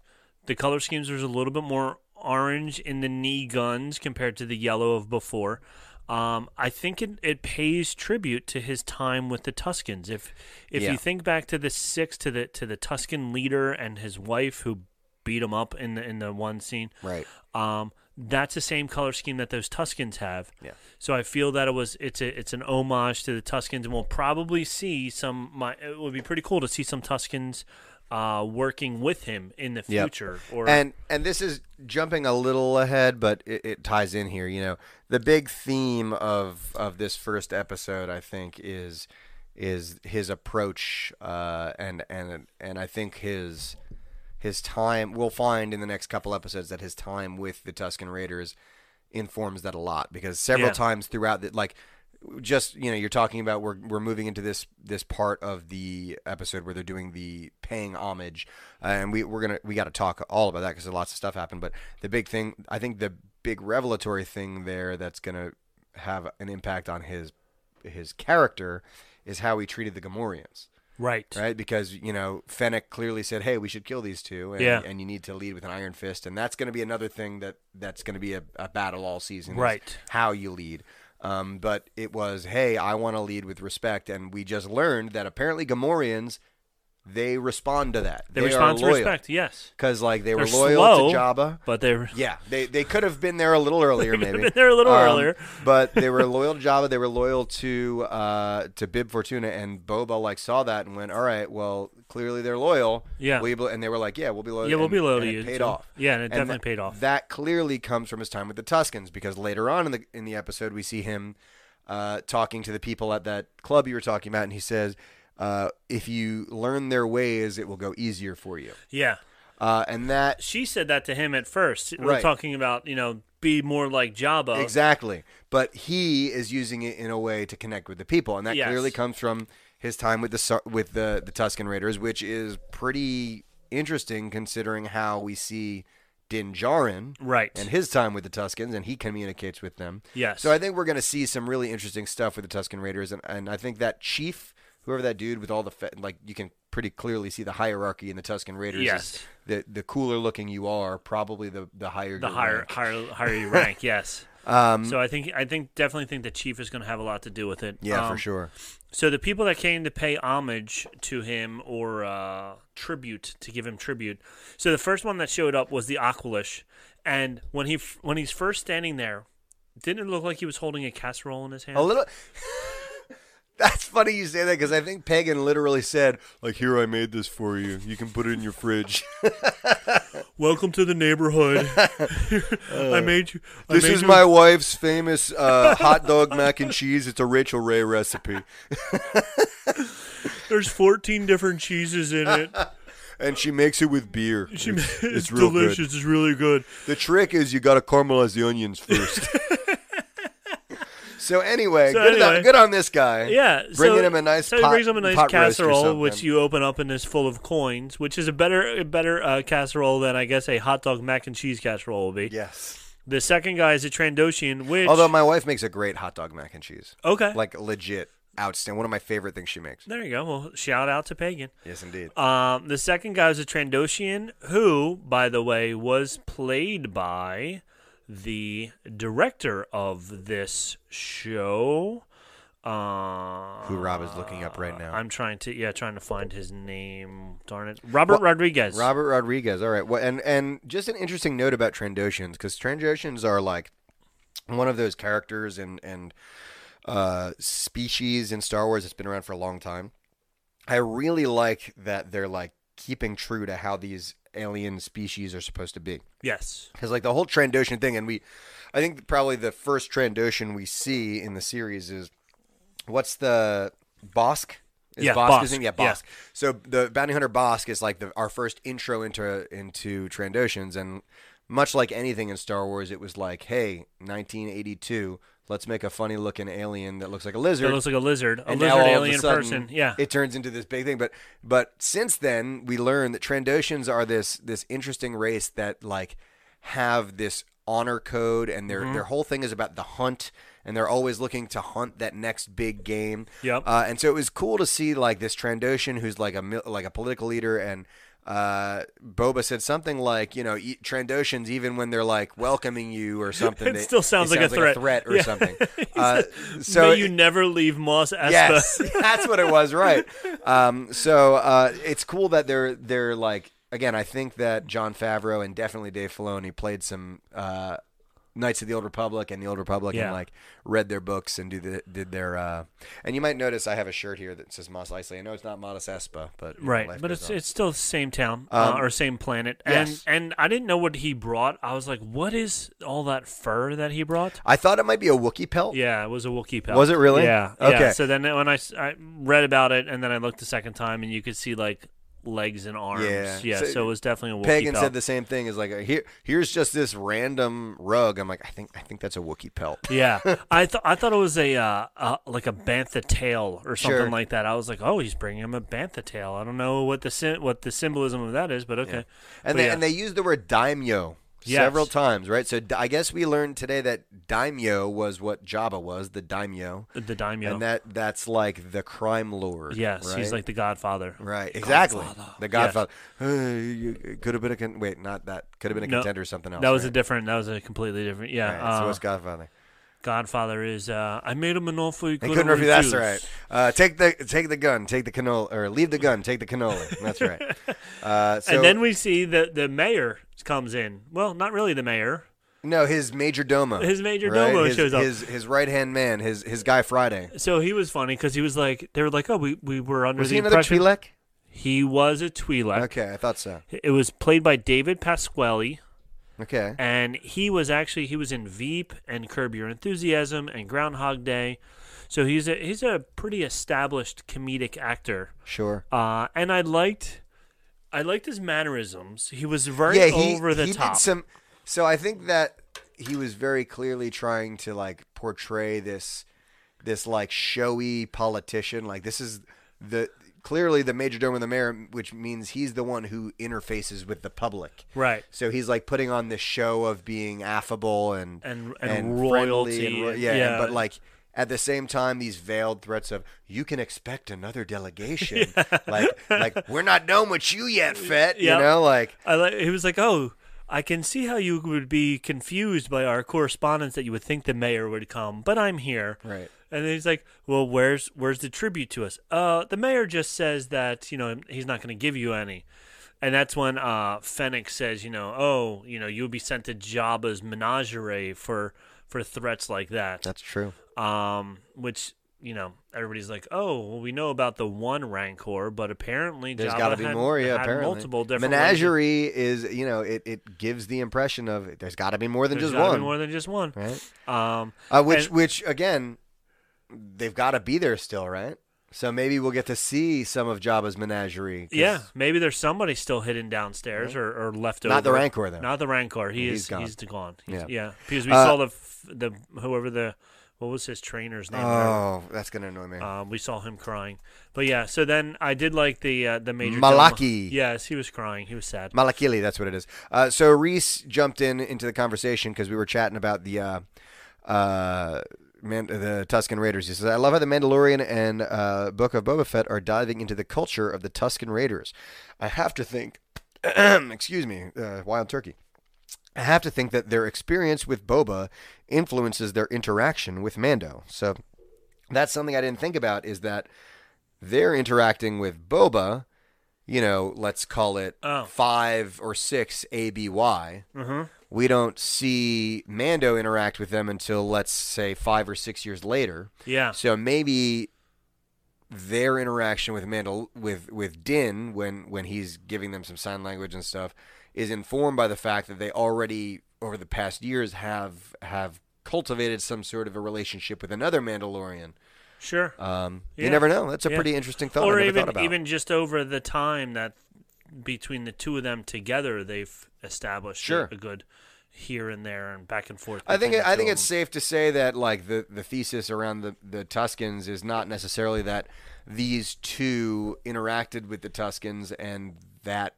A: The color schemes there's a little bit more orange in the knee guns compared to the yellow of before. Um, I think it, it pays tribute to his time with the Tuscans. If if
F: Yeah.
A: you think back to the six to the to the Tuscan leader and his wife who beat him up in the in the one scene.
F: Right.
A: Um, that's the same color scheme that those Tuscans have.
F: Yeah.
A: So I feel that it was it's a it's an homage to the Tuscans, and we'll probably see some. My it would be pretty cool to see some Tuscans uh, working with him in the
F: Yep.
A: future. Or
F: and and this is jumping a little ahead, but it, it ties in here. You know, the big theme of of this first episode, I think, is is his approach, uh, and and and I think his his time. We'll find in the next couple episodes that his time with the Tuscan Raiders informs that a lot because several
A: Yeah.
F: times throughout that, like just you know you're talking about we're, we're moving into this this part of the episode where they're doing the paying homage uh, and we, we're gonna we got to talk all about that because lots of stuff happened but the big thing i think the big revelatory thing there that's gonna have an impact on his his character is how he treated the Gamorreans,
A: right,
F: right? Because you know Fennec clearly said, "Hey, we should kill these two, and,
A: Yeah.
F: and you need to lead with an iron fist." And that's going to be another thing that that's going to be a, a battle all season, is
A: Right.
F: How you lead, um, but it was, "Hey, I want to lead with respect," and we just learned that apparently Gamorreans they respond to that.
A: They,
F: are
A: respond to
F: loyal.
A: respect. Yes,
F: because like they were loyal
A: They're slow,
F: to Jabba.
A: but they're
F: Yeah, they, they could have been there a little earlier,
A: could have
F: maybe. Um,
A: been there a little earlier.
F: but they were loyal to Java. They were loyal to uh, to Bib Fortuna, and Boba like saw that and went, "All right, well, clearly they're loyal."
A: Yeah.
F: we, and they were like, "Yeah, we'll be loyal."
A: Yeah, we'll
F: and-
A: be loyal
F: and
A: to
F: it
A: you,
F: Paid
A: so-
F: off.
A: yeah, and it
F: And
A: definitely
F: that-
A: paid off.
F: That clearly comes from his time with the Tuscans, because later on in the in the episode, we see him uh, talking to the people at that club you were talking about, and he says. Uh, if you learn their ways, it will go easier for you.
A: yeah.
F: Uh, and that
A: She said that to him at first. We're
F: Right.
A: talking about you know be more like Jabba.
F: Exactly. But he is using it in a way to connect with the people, and that
A: Yes.
F: clearly comes from his time with the Sar- with the the Tuscan Raiders, which is pretty interesting considering how we see Din Djarin
A: Right.
F: and his time with the Tuscans, and he communicates with them.
A: Yes.
F: So I think we're going to see some really interesting stuff with the Tuscan Raiders, and, and I think that chief, whoever that dude with all the fe- like, you can pretty clearly see the hierarchy in the Tuscan Raiders. is
A: Yes.
F: the the cooler looking you are, probably the the higher
A: the
F: your
A: higher
F: rank. Um,
A: higher higher you rank. Yes. so I think I think definitely think the chief is going to have a lot to do with it.
F: Yeah,
A: Um,
F: for sure.
A: So the people that came to pay homage to him or uh, tribute to give him tribute. So the first one that showed up was the Aquilish, and when he f- when he's first standing there, didn't it look like he was holding a casserole in his hand?
F: A little. That's funny you say that because I think Pagan literally said, "Like here, I made this for you. You can put it in your fridge.
A: Welcome to the neighborhood. I made you.
F: Uh,
A: I
F: this
A: made
F: is
A: you-
F: my wife's famous uh, hot dog mac and cheese. It's a Rachel Ray recipe,
A: There's 14 different cheeses in it.
F: and she makes it with beer.
A: She ma-
F: it's,
A: it's,
F: it's real
A: delicious. It's really good.
F: Good. The trick is you got to caramelize the onions first." So anyway,
A: So
F: good, on-
A: anyway.
F: good on this guy.
A: Yeah,
F: bringing
A: so,
F: him a nice.
A: So he
F: pot-
A: brings him a nice
F: pot roast or
A: casserole, which
F: something.
A: you open up and is full of coins, which is a better a better uh, casserole than I guess a hot dog mac and cheese casserole will be.
F: yes.
A: The second guy is a Trandoshan, which
F: Although my wife makes a great hot dog mac and cheese.
A: okay,
F: Like legit outstanding. One of my favorite things she makes.
A: there you go. Well, shout out to Pagan.
F: Yes, indeed.
A: Um, the second guy is a Trandoshan, who, by the way, was played by the director of this show. Uh,
F: Who Rob is looking up right now.
A: I'm trying to, yeah, trying to find his name. Darn it, Robert Rodriguez.
F: Robert Rodriguez. All right. Well, and and just an interesting note about Trandoshans because Trandoshans are like one of those characters and and uh, species in Star Wars that's been around for a long time. I really like that they're like keeping true to how these alien species are supposed to be.
A: Yes.
F: Because like the whole Trandoshan thing, and we, I think probably the first Trandoshan we see in the series is what's the Bosk? Is
A: Yeah,
F: Bosk. his
A: Bosk.
F: name? Yeah,
A: Yeah.
F: Bosk. So the bounty hunter Bosk is like the, our first intro into into Trandoshans, and much like anything in Star Wars, it was like, hey, 1982, let's make a funny looking alien that looks like a
A: It
F: lizard
A: looks like a lizard, a
F: and now all
A: lizard
F: of a
A: alien
F: sudden,
A: person. Yeah.
F: it turns into this big thing. But but since then, we learned that Trandoshans are this this interesting race that like have this honor code, and their
A: Mm-hmm.
F: their whole thing is about the hunt, and they're always looking to hunt that next big game.
A: Yep.
F: Uh, and so it was cool to see like this Trandoshan who's like a mil- like a political leader and. Uh, Boba said something like, you know, e- Trandoshans, even when they're like welcoming you or something,
A: It still sounds like a threat.
F: or
A: Yeah.
F: something.
A: He
F: Uh,
A: May
F: so
A: you never leave Moss Espa.
F: Yes, that's what it was, right? Um, so uh, it's cool that they're they're like again. I think that John Favreau and definitely Dave Filoni played some uh, Knights of the Old Republic and the Old Republic, and
A: Yeah.
F: like read their books and do the, did their. Uh, and you might notice I have a shirt here that says Mos Eisley. I know it's not Mos Espa, but you know,
A: Right,
F: life
A: but
F: goes
A: it's
F: on.
A: it's still the same town uh,
F: Um,
A: or same planet,
F: yes.
A: and and I didn't know what he brought. I was like, what is all that fur that he brought?
F: I thought it might be a Wookiee pelt.
A: Yeah, it was a Wookiee pelt.
F: Was it really?
A: Yeah.
F: Okay.
A: Yeah. So then when I, s- I read about it, and then I looked a second time, and you could see like legs and arms.
F: Yeah.
A: Yeah.
F: So
A: So, it was definitely a Wookiee
F: Pagan
A: pelt.
F: said the same thing. Is like here, here's just this random rug. I'm like, I think, I think that's a Wookiee pelt.
A: Yeah, I thought I thought it was a uh, uh, like a bantha tail or something
F: Sure.
A: like that. I was like, oh, he's bringing him a bantha tail. I don't know what the sym what the symbolism of that is, but okay. But
F: And they,
A: yeah.
F: and they used the word daimyo
A: Yes.
F: several times, right? So d- I guess we learned today that daimyo was what Jabba was, the daimyo,
A: the daimyo.
F: and that that's like the crime lord.
A: yes, he's
F: right?
A: like the Godfather.
F: right, exactly, the
A: Yes.
F: Godfather. Uh, you- it could have been a con- wait, not that could have been a
A: No,
F: contender or something else.
A: That was a
F: right?
A: different. That was a completely different. Yeah.
F: Right, so
A: uh,
F: it's Godfather.
A: Godfather is. Uh, I made him an offer. He
F: They
A: couldn't,
F: couldn't refuse. That's
A: refuse.
F: right. Uh, take the take the gun, take the canola, or leave the gun, take the canola. That's right. Uh, so,
A: and then we see that the mayor comes in. Well, not really the mayor.
F: no, his major domo,
A: His majordomo
F: his,
A: shows up.
F: His his right hand man, his his guy Friday.
A: So he was funny because he was like, they were like, oh, we, we were under
F: Was
A: the
F: he another
A: impression
F: Twi'lek?
A: he was a Twi'lek.
F: Okay, I thought so.
A: It was played by David Pasquale,
F: Okay.
A: and he was actually he was in Veep and Curb Your Enthusiasm and Groundhog Day, so he's a he's a pretty established comedic actor.
F: Sure.
A: Uh, and I liked I liked his mannerisms. He was very
F: yeah, he,
A: over the
F: he
A: top.
F: did some. So I think that he was very clearly trying to like portray this, this like showy politician. Like this is the clearly the major dome of the mayor, which means he's the one who interfaces with the public.
A: Right.
F: So he's like putting on this show of being affable and
A: And- and
F: friendly
A: royalty
F: and ro-
A: and-
F: yeah, and-
A: yeah.
F: but like at the same time, these veiled threats of "you can expect another delegation," like like we're not done with you yet, Fett.
A: Yeah.
F: You know, like
A: I like he was like, oh. I can see how you would be confused by our correspondence that you would think the mayor would come, but I'm here.
F: Right.
A: And then he's like, "Well, where's where's the tribute to us?" Uh, the mayor just says that you know he's not going to give you any, and that's when uh Fennec says, "You know, oh, you know, you'll be sent to Jabba's menagerie for for threats like that."
F: That's true.
A: um, which you know everybody's like, oh, well, we know about the one rancor, but apparently
F: There's
A: Jabba
F: got to be
A: had-
F: more. Yeah,
A: had
F: apparently.
A: multiple different
F: menagerie is you know it, it gives the impression of there's got to be more than
A: There's
F: just
A: gotta
F: one,
A: be more than just one.
F: right?
A: Um,
F: Uh, which
A: and-
F: which again, they've got to be there still, right? So maybe we'll get to see some of Jabba's menagerie. 'cause
A: yeah, maybe there's somebody still hidden downstairs or, or left over.
F: Not the Rancor, though.
A: Not the rancor. He
F: He's
A: is
F: gone.
A: he's gone. He's-
F: Yeah.
A: yeah. because we
F: Uh,
A: saw the f- the whoever the what was his trainer's name.
F: Oh, that's gonna annoy me.
A: Um, we saw him crying, but yeah. So then I did like the uh, the major
F: Malaki.
A: Domo- Yes, he was crying. He was sad.
F: Malakili, that's what it is. Uh, so Reese jumped in into the conversation because we were chatting about the uh, uh, Man- the Tuscan Raiders. He says, "I love how the Mandalorian and uh, Book of Boba Fett are diving into the culture of the Tuscan Raiders. I have to think, excuse me, uh, wild turkey." I have to think that their experience with Boba influences their interaction with Mando. So that's something I didn't think about is that they're interacting with Boba, you know, let's call it
A: Oh.
F: five or six ABY.
A: Mhm.
F: We don't see Mando interact with them until, let's say, five or six years later.
A: Yeah,
F: So maybe their interaction with Mandal with with Din when when he's giving them some sign language and stuff is informed by the fact that they already over the past years have have cultivated some sort of a relationship with another Mandalorian.
A: sure.
F: Um,
A: Yeah.
F: You never know. That's a
A: Yeah.
F: pretty interesting thought. I
A: or
F: never
A: even
F: thought about.
A: even just over the time that between the two of them together, they've established a-
F: Sure.
A: a good here and there and back and forth.
F: I think
A: between
F: it,
A: the
F: I
A: two
F: think
A: of
F: it's
A: them.
F: safe to say that like the the thesis around the the Tuscans is not necessarily that these two interacted with the Tuscans and that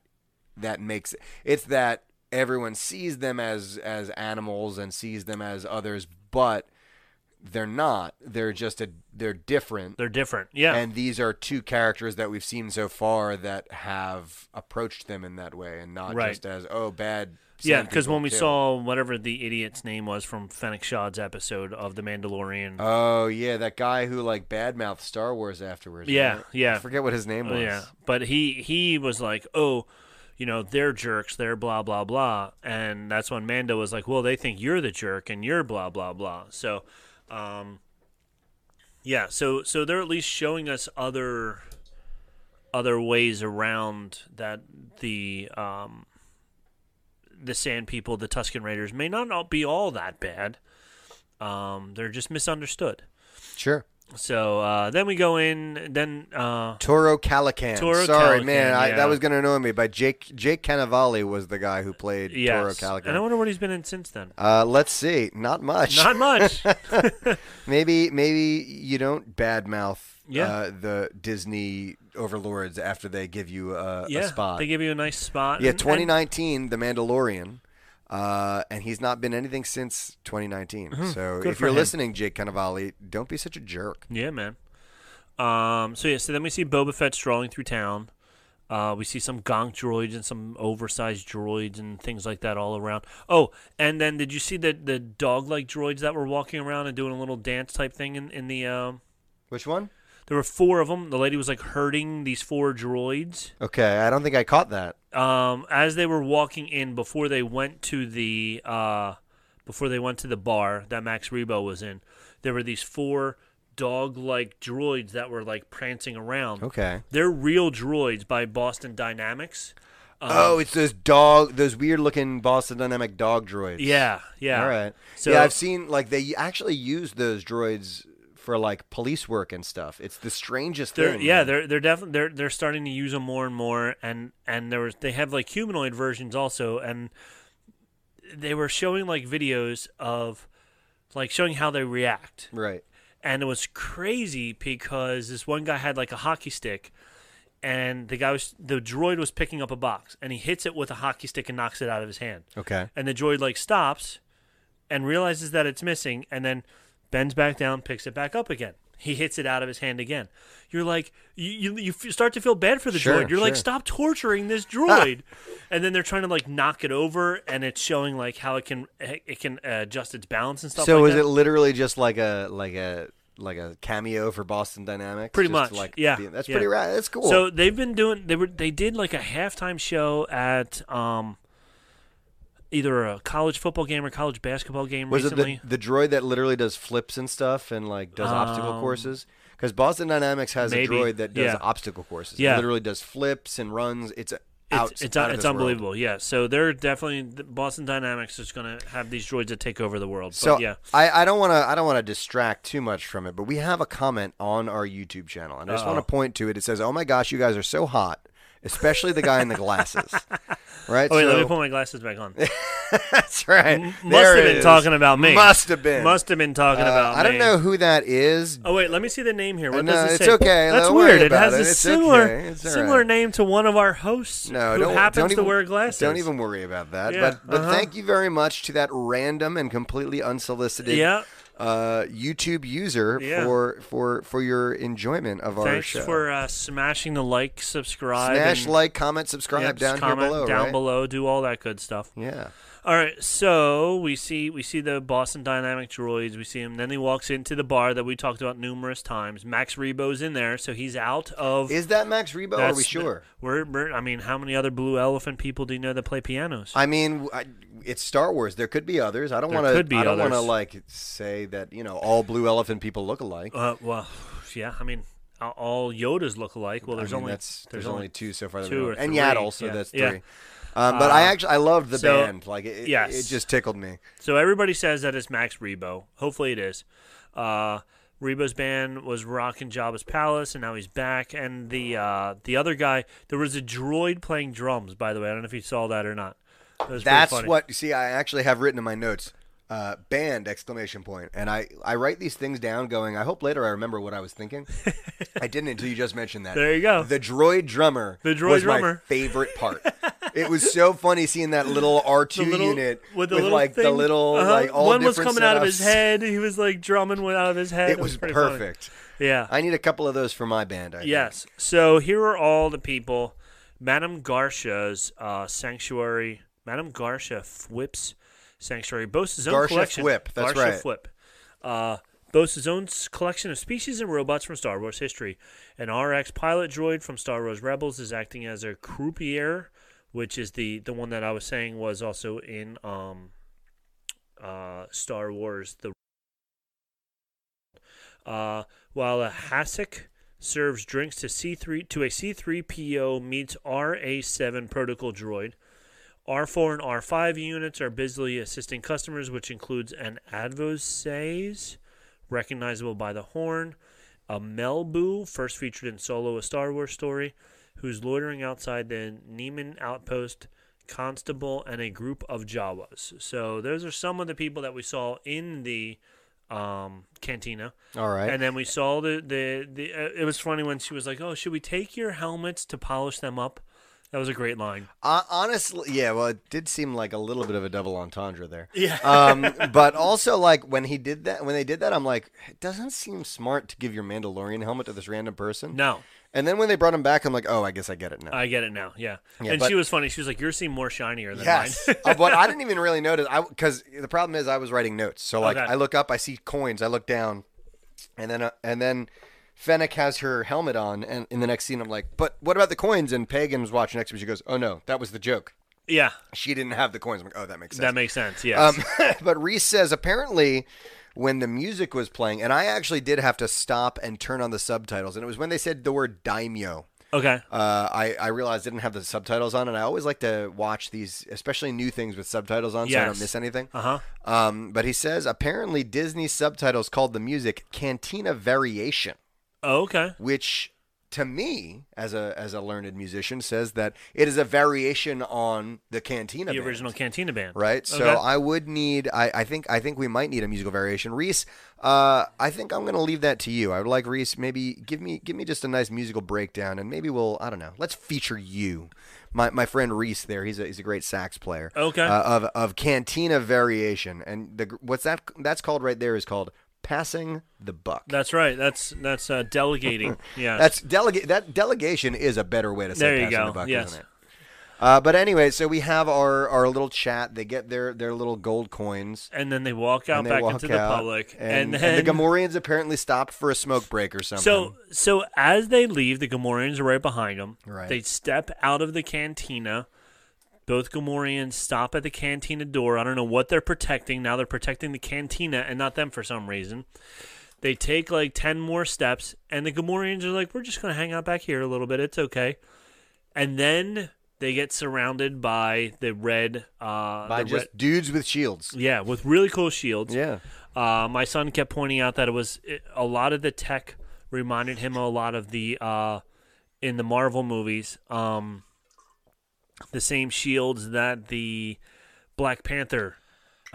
F: that makes it's that everyone sees them as as animals and sees them as others, but they're not. They're just a they're different.
A: they're different. Yeah,
F: And these are two characters that we've seen so far that have approached them in that way, and not
A: Right.
F: just as oh bad.
A: yeah.
F: sand
A: Because when
F: people,
A: we
F: too."
A: saw whatever the idiot's name was from Fennec Shaw's episode of The Mandalorian,
F: Oh yeah, that guy who like badmouthed Star Wars afterwards.
A: Yeah,
F: right?
A: yeah.
F: I forget what his name
A: Oh,
F: was.
A: Yeah, but he he was like, oh, you know, they're jerks, they're blah blah blah, and that's when Mando was like, well, they think you're the jerk and you're blah blah blah. So, um, yeah, so so they're at least showing us other other ways around that the um the Sand People, the Tuscan Raiders may not all be all that bad. Um, they're just misunderstood.
F: Sure.
A: So uh, then we go in. Then uh,
F: Toro Calican.
A: Toro
F: Sorry,
A: Calican,
F: man, I,
A: yeah.
F: that was gonna annoy me. But Jake Jake Cannavale was the guy who played
A: Yes.
F: Toro Calican.
A: And I wonder what he's been in since then.
F: uh, let's see. Not much.
A: Not much.
F: maybe maybe you don't badmouth
A: Yeah.
F: uh, the Disney overlords after they give you uh,
A: yeah.
F: a spot.
A: They give you a nice spot.
F: yeah,
A: And- and-
F: 2019, The Mandalorian. Uh, and he's not been anything since 2019. So
A: Mm-hmm. Good
F: if
A: for
F: you're
A: him.
F: listening, Jake Cannavale, don't be such a jerk.
A: yeah, man. Um, so yeah, so then we see Boba Fett strolling through town. Uh, we see some gonk droids and some oversized droids and things like that all around. Oh, and then did you see the the dog like droids that were walking around and doing a little dance type thing in in the um?
F: Which one?
A: There were four of them. The lady was like herding these four droids.
F: Okay, I don't think I caught that.
A: um, as they were walking in before they went to the uh, before they went to the bar that Max Rebo was in, there were these four dog-like droids that were like prancing around.
F: Okay.
A: They're real droids by Boston Dynamics. Um,
F: oh, it's those dog, those weird-looking Boston Dynamic dog droids.
A: Yeah, yeah.
F: All right.
A: So
F: yeah, I've seen like they actually use those droids for like police work and stuff. It's the strangest
A: they're
F: thing.
A: yeah,
F: man.
A: they're they're definitely they're they're starting to use them more and more, and and there was they have like humanoid versions also, and they were showing like videos of like showing how they react.
F: right.
A: and it was crazy because this one guy had like a hockey stick and the guy was the droid was picking up a box and he hits it with a hockey stick and knocks it out of his hand
F: Okay.
A: and the droid like stops and realizes that it's missing and then bends back down picks it back up again He hits it out of his hand again. You're like, you you, you f- start to feel bad for the
F: Sure,
A: droid. You're like,
F: sure.
A: stop torturing this droid. and then they're trying to like knock it over, and it's showing like how it can it can uh, adjust its balance and stuff.
F: So
A: like
F: is
A: that.
F: it literally just like a like a like a cameo for Boston Dynamics?
A: pretty
F: Just
A: much
F: to, Like
A: yeah
F: be- that's
A: yeah.
F: pretty rad. That's cool.
A: so they've been doing they were they did like a halftime show at um either a college football game or college basketball game
F: was it
A: recently
F: the, the droid that literally does flips and stuff and like does obstacle
A: Um,
F: courses? Because Boston Dynamics has
A: maybe.
F: a droid that does
A: Yeah.
F: obstacle courses. It
A: Yeah.
F: literally does flips and runs. It's out.
A: it's it's,
F: out of
A: it's
F: this world.
A: unbelievable yeah so they're definitely the- boston dynamics is going to have these droids that take over the world
F: So
A: but yeah
F: I, I don't want to I don't want to distract too much from it, but we have a comment on our YouTube channel, and I just want to point to it. It says, "Oh my gosh, you guys are so hot, especially the guy in the glasses." Right?
A: oh wait let me
F: so-
A: put my glasses back on
F: That's right.
A: must
F: There
A: have
F: it
A: been
F: is.
A: talking about me
F: Must have been.
A: must have been talking
F: Uh,
A: about
F: I don't
A: me.
F: know who that is.
A: Oh wait, let me see the name here. What
F: Uh, no,
A: does it
F: it's
A: say?
F: okay.
A: That's
F: Don't worry
A: weird. It
F: about
A: has
F: it.
A: a
F: It's
A: similar
F: okay. It's all
A: similar
F: right.
A: name to one of our hosts
F: No,
A: who
F: don't,
A: happens
F: don't
A: to
F: even,
A: wear glasses.
F: Don't even worry about that.
A: Yeah,
F: but but
A: uh-huh.
F: thank you very much to that random and completely unsolicited
A: Yeah.
F: uh, YouTube user
A: Yeah.
F: for for for your enjoyment of our
A: Thanks
F: show.
A: for uh, smashing the like, subscribe,
F: Smash
A: and-
F: like, comment,
A: Yep,
F: subscribe
A: just
F: down
A: comment
F: here below.
A: down
F: right?
A: below, do all that good stuff.
F: Yeah.
A: All right, so we see we see the Boston Dynamic droids. We see him. Then he walks into the bar that we talked about numerous times. Max Rebo's in there, so he's out of.
F: Is that Max Rebo? Are
A: that's
F: we
A: the-
F: sure?
A: we're, we're- I mean, how many other Blue Elephant people do you know that play pianos?
F: I mean, I, it's Star Wars. There could be others. I don't
A: There
F: want to.
A: could be
F: I don't want to
A: others.
F: like say that you know all blue elephant people look alike.
A: uh, well, yeah. I mean, all- all Yodas look alike. Well,
F: I
A: there's
F: mean,
A: only
F: that's, there's, only two so far, that we
A: two
F: know
A: or
F: of. and
A: three,
F: Yaddle, so
A: yeah.
F: that's three.
A: Yeah.
F: Um, but I actually I loved the
A: so-
F: band. Like it, it-
A: yes.
F: it just tickled me.
A: So everybody says that it's Max Rebo. Hopefully it is. Uh, Rebo's band was rocking Jabba's palace, and now he's back. And the uh, the other guy, there was a droid playing drums. By the way, I don't know if you saw that or not. That was pretty
F: That's
A: funny.
F: what you see. I actually have written in my notes. Uh, band exclamation point and I, I write these things down going i hope later i remember what i was thinking i didn't until you just mentioned that
A: There you go.
F: the droid drummer
A: The droid
F: was my
A: drummer.
F: favorite part it was so funny seeing that little r2
A: The little-
F: unit
A: with, the little
F: like the
A: thing-
F: little
A: Uh-huh.
F: like all
A: one was
F: different
A: coming out of his
F: setups.
A: head. He was like drumming one out of his head.
F: it was
A: pretty funny.
F: perfect
A: Yeah.
F: i need a couple of those for my band I think.
A: Yes. So here are all the people. Madame Garsha's uh, sanctuary. Madame Garsha Whip's sanctuary boasts his own
F: Garsha
A: collection.
F: Fwip, that's
A: Garsha
F: right.
A: Fwip. Uh, boasts his own s- collection of species and robots from Star Wars history. An RX pilot droid from Star Wars Rebels is acting as a croupier, which is the the one that I was saying was also in um, uh, Star Wars the uh, while a hassock serves drinks to C3 to a C3PO meets RA7 protocol droid. R4 and R5 units are busily assisting customers, which includes an Advosays, recognizable by the horn, a Melbu, first featured in Solo: A Star Wars Story, who's loitering outside the Neiman outpost. Constable and a group of Jawas. So those are some of the people that we saw in the um, cantina.
F: all right
A: And then we saw the the, the uh, it was funny when she was like, "Oh, should we take your helmets to polish them up?" That was a great line.
F: Uh, honestly, yeah. Well, it did seem like a little bit of a double entendre there.
A: Yeah.
F: Um, but also, like when he did that, when they did that, I'm like, it doesn't seem smart to give your Mandalorian helmet to this random person.
A: No, Uh,
F: And then when they brought him back, I'm like, oh, I guess I get it now.
A: I get it now. Yeah.
F: Yeah,
A: and
F: but-
A: she was funny. She was like, "Your seem more shinier than
F: yes.
A: mine."
F: Uh, but I didn't even really notice. I because the problem is I was writing notes. So like
A: Okay.
F: I look up, I see coins. I look down, and then uh, and then. Fennec has her helmet on, and in the next scene, I'm like, "But what about the coins?" And Pagan's watching next to me. She goes, "Oh no, that was the joke.
A: yeah,
F: She didn't have the coins." I'm like, "Oh, that makes sense."
A: that makes sense. Yes.
F: Um, but Reese says apparently when the music was playing, and I actually did have to stop and turn on the subtitles, and it was when they said the word daimyo.
A: okay.
F: Uh, I, I realized I didn't have the subtitles on, and I always like to watch these, especially new things with subtitles on, so I don't
A: Yes.
F: miss anything.
A: Uh huh.
F: Um, but he says apparently Disney subtitles called the music Cantina Variation
A: Oh, okay.
F: which to me as a as a learned musician says that it is a variation on the cantina
A: The
F: band,
A: original Cantina band.
F: right so
A: Okay.
F: i would need I, I think i think we might need a musical variation reese uh, i think i'm gonna leave that to you i would like reese maybe give me give me just a nice musical breakdown and maybe we'll i don't know let's feature you my, my friend reese there he's a he's a great sax player
A: Okay.
F: uh, of of cantina variation and the gr- what's that that's called right there is called passing the buck.
A: That's right. That's that's uh, delegating. Yeah.
F: That's delegate. That delegation is a better way to say
A: There you
F: passing
A: go.
F: the buck,
A: Yes.
F: isn't it? Uh, but anyway, so we have our, our little chat. They get their, their little gold coins.
A: and then they walk out
F: and they
A: back
F: walk
A: into
F: out,
A: the public,
F: And,
A: and,
F: and
A: then
F: the Gamorreans apparently stopped for a smoke break or something.
A: So, so as they leave, the Gamorreans are right behind them.
F: Right.
A: They step out of the cantina. Both Gamorreans stop at the cantina door. I don't know what they're protecting. Now they're protecting the cantina and not them for some reason. They take like 10 more steps, and the Gamorreans are like, we're just going to hang out back here a little bit. It's okay. And then they get surrounded by the red. Uh,
F: by
A: the
F: just
A: red-
F: dudes with shields.
A: yeah, with really cool shields.
F: Yeah.
A: Uh, my son kept pointing out that it was it, a lot of the tech reminded him a lot of the uh, in the Marvel movies, um, the same shields that the Black Panther.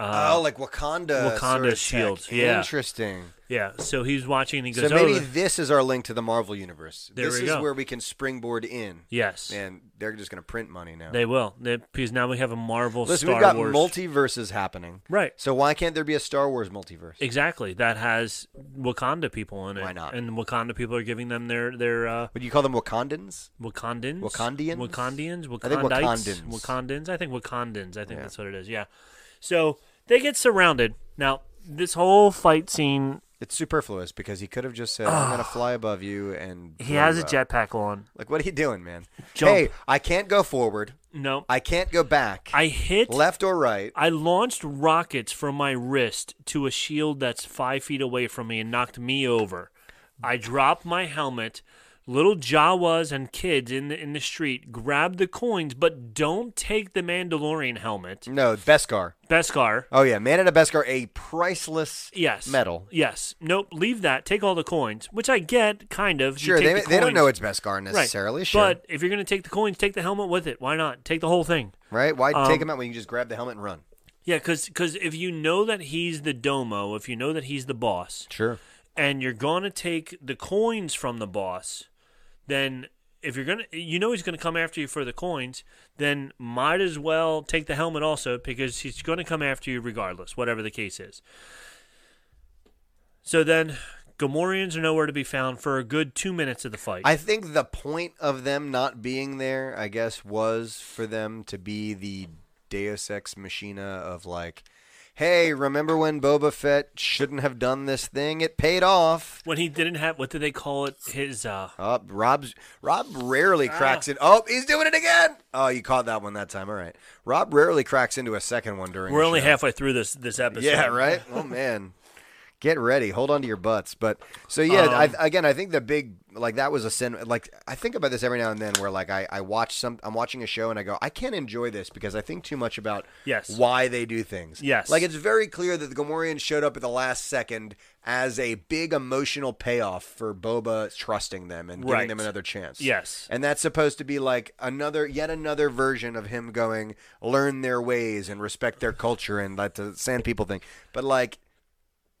A: Uh,
F: oh, like Wakanda.
A: Wakanda
F: sort of tech.
A: shields, yeah.
F: Interesting.
A: yeah. So he's watching and he
F: So
A: goes,
F: maybe
A: "Oh,
F: this is our link to the Marvel universe.
A: There
F: this
A: we
F: is
A: go.
F: where we can springboard in.
A: yes,
F: And they're just going to print money now.
A: they will." They, because now we have a Marvel
F: Listen,
A: Star
F: we've got
A: Wars.
F: multiverses happening.
A: right.
F: So why can't there be a Star Wars multiverse?
A: Exactly. That has Wakanda people in it.
F: Why not?
A: And Wakanda people are giving them their their uh,
F: Would you call them Wakandans?
A: Wakandans,
F: Wakandians?
A: Wakandians, Wakandites,
F: I think Wakandans.
A: Wakandans. I think Wakandans. I think
F: Yeah.
A: that's what it is. Yeah. So they get surrounded. Now this whole fight scene,
F: It's superfluous because he could have just said, "I'm gonna fly above you," and
A: Ah. he
F: blow
A: has
F: you
A: a
F: up.
A: jetpack on.
F: Like, what are you doing, man?
A: Jump.
F: Hey, I can't go forward.
A: No, I,
F: I can't go back.
A: hit.
F: left or right.
A: I launched rockets from my wrist to a shield that's five feet away from me and knocked me over. I dropped my helmet. Little Jawas and kids in the in the street grab the coins, but don't take the Mandalorian helmet.
F: No, Beskar.
A: Beskar.
F: Oh yeah, man in a Beskar, a priceless
A: Yes.
F: medal.
A: Yes. Nope. Leave that. Take all the coins, which I get, kind of. You
F: Sure,
A: take
F: they,
A: the
F: they don't
A: coins.
F: know it's Beskar necessarily.
A: Right.
F: Sure,
A: But if you're going to take the coins, take the helmet with it. Why not? Take the whole thing.
F: right? Why
A: um,
F: take him out when you can just grab the helmet and run?
A: Yeah, because if you know that he's the domo, if you know that he's the boss,
F: Sure.
A: and you're going to take the coins from the boss, then if you're going to, you know he's going to come after you for the coins, then might as well take the helmet also because he's going to come after you regardless, whatever the case is. So then Gamorreans are nowhere to be found for a good two minutes of the fight.
F: I think the point of them not being there, I guess, was for them to be the Deus Ex Machina of like, hey, remember when Boba Fett shouldn't have done this thing? It paid off.
A: when he didn't have, what do they call it? His, uh,
F: Oh, Rob's Rob
A: Ah.
F: rarely cracks it. Oh, he's doing it again. Oh, you caught that one that time. All right. Rob rarely cracks into a second one during.
A: we're
F: the
A: only
F: show.
A: halfway through this, this episode.
F: Yeah, right. Oh man, get ready. Hold on to your butts. But so yeah,
A: Um,
F: I, again, I think the big like that was a sin. Like I think about this every now and then, where like I I watch some, I'm watching a show and I go, I can't enjoy this because I think too much about
A: Yes.
F: why they do things.
A: Yes.
F: like it's very clear that the Gomorians showed up at the last second as a big emotional payoff for Boba trusting them and giving
A: Right.
F: them another chance.
A: Yes.
F: And that's supposed to be like another, yet another version of him going, learn their ways and respect their culture and let the sand people thing. But like,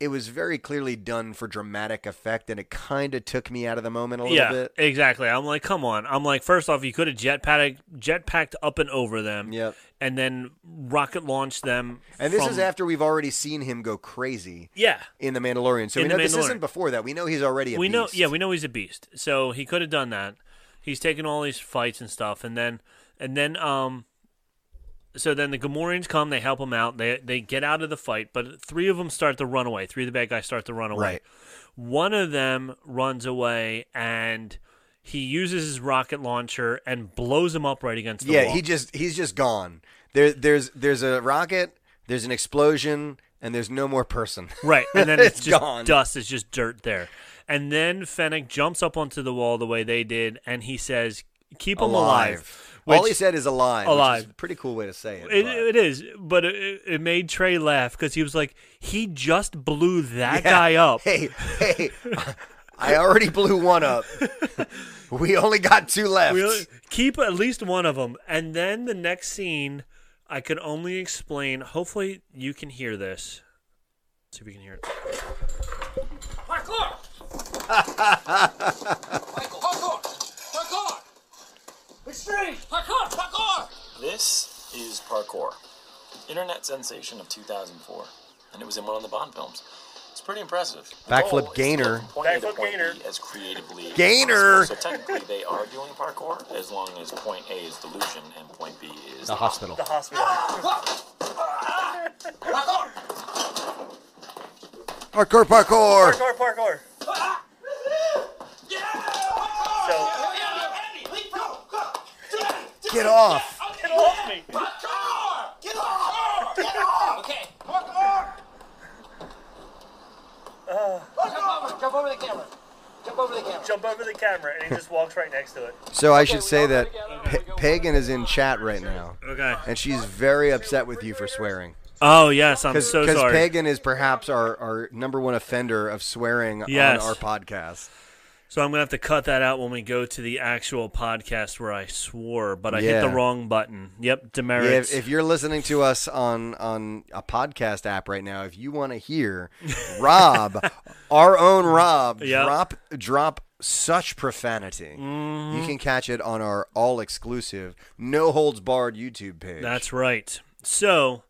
F: it was very clearly done for dramatic effect, and it kind of took me out of the moment a little
A: yeah,
F: bit.
A: exactly. I'm like, come on. I'm like, first off, you could have jetpacked jetpacked up and over them.
F: Yep.
A: And then rocket launched them.
F: And this
A: from-
F: is after we've already seen him go crazy
A: Yeah.
F: in The Mandalorian. So
A: In
F: we
A: The
F: know this
A: Mandalorian.
F: isn't before that. We know he's already a
A: we know
F: beast.
A: yeah, we know he's a beast. So he could have done that. He's taken all these fights and stuff and then and then um so then the Gamorreans come, they help him out. They they get out of the fight, but three of them start to run away. Three of the bad guys start to run away.
F: Right.
A: One of them runs away and he uses his rocket launcher and blows him up right against the
F: yeah,
A: wall.
F: he just he's just gone. There, there's there's a rocket, there's an explosion, and there's no more person.
A: Right, and then it's,
F: It's
A: just
F: gone.
A: dust. It's just dirt there. And then Fennec jumps up onto the wall the way they did, and he says, "Keep them alive."
F: All
A: which
F: he said is alive. Which is
A: Alive.
F: a pretty cool way to say it.
A: it,
F: but-
A: it is, but it, it made Trey laugh because he was like, "He just blew that guy up."
F: Hey, hey. I already blew one up. we only got two left.
A: Really? Keep at least one of them, and then the next scene, I could only explain. Hopefully, you can hear this. see if you can hear it.
G: Parkour! Michael, parkour! Parkour! Extreme! Parkour! Parkour!
H: This is Parkour, internet sensation of 2004, and it was in one of the Bond films. It's pretty impressive.
F: Backflip
H: Goal is
F: gainer.
H: to get from point A to
A: Backflip
H: point B
A: gainer.
H: As creatively as
F: Gainer.
H: possible. So technically, they are doing parkour as long as point A is delusion and point B is
F: The hospital.
A: The hospital.
F: Parkour, parkour.
A: Parkour, parkour. So
F: Get off.
A: get off me.
G: Okay. Look on! Jump over, jump over the camera. Jump over the camera.
A: Jump over the camera, and he just walks right next to it.
F: So I should say that P- Pagan is in chat right now,
A: Okay.
F: and she's very upset with you for swearing.
A: Oh yes, I'm
F: Because
A: so sorry.
F: Pagan is perhaps our, our number one offender of swearing
A: Yes.
F: on our podcast.
A: so I'm gonna have to cut that out when we go to the actual podcast where I swore, but I hit
F: Yeah.
A: the wrong button. Yep,
F: Yeah,
A: demerits.
F: if, if you're listening to us on on a podcast app right now, if you want to hear Rob, our own Rob,
A: Yep.
F: drop drop such profanity,
A: Mm-hmm.
F: you can catch it on our all exclusive, no holds barred YouTube page.
A: That's right. So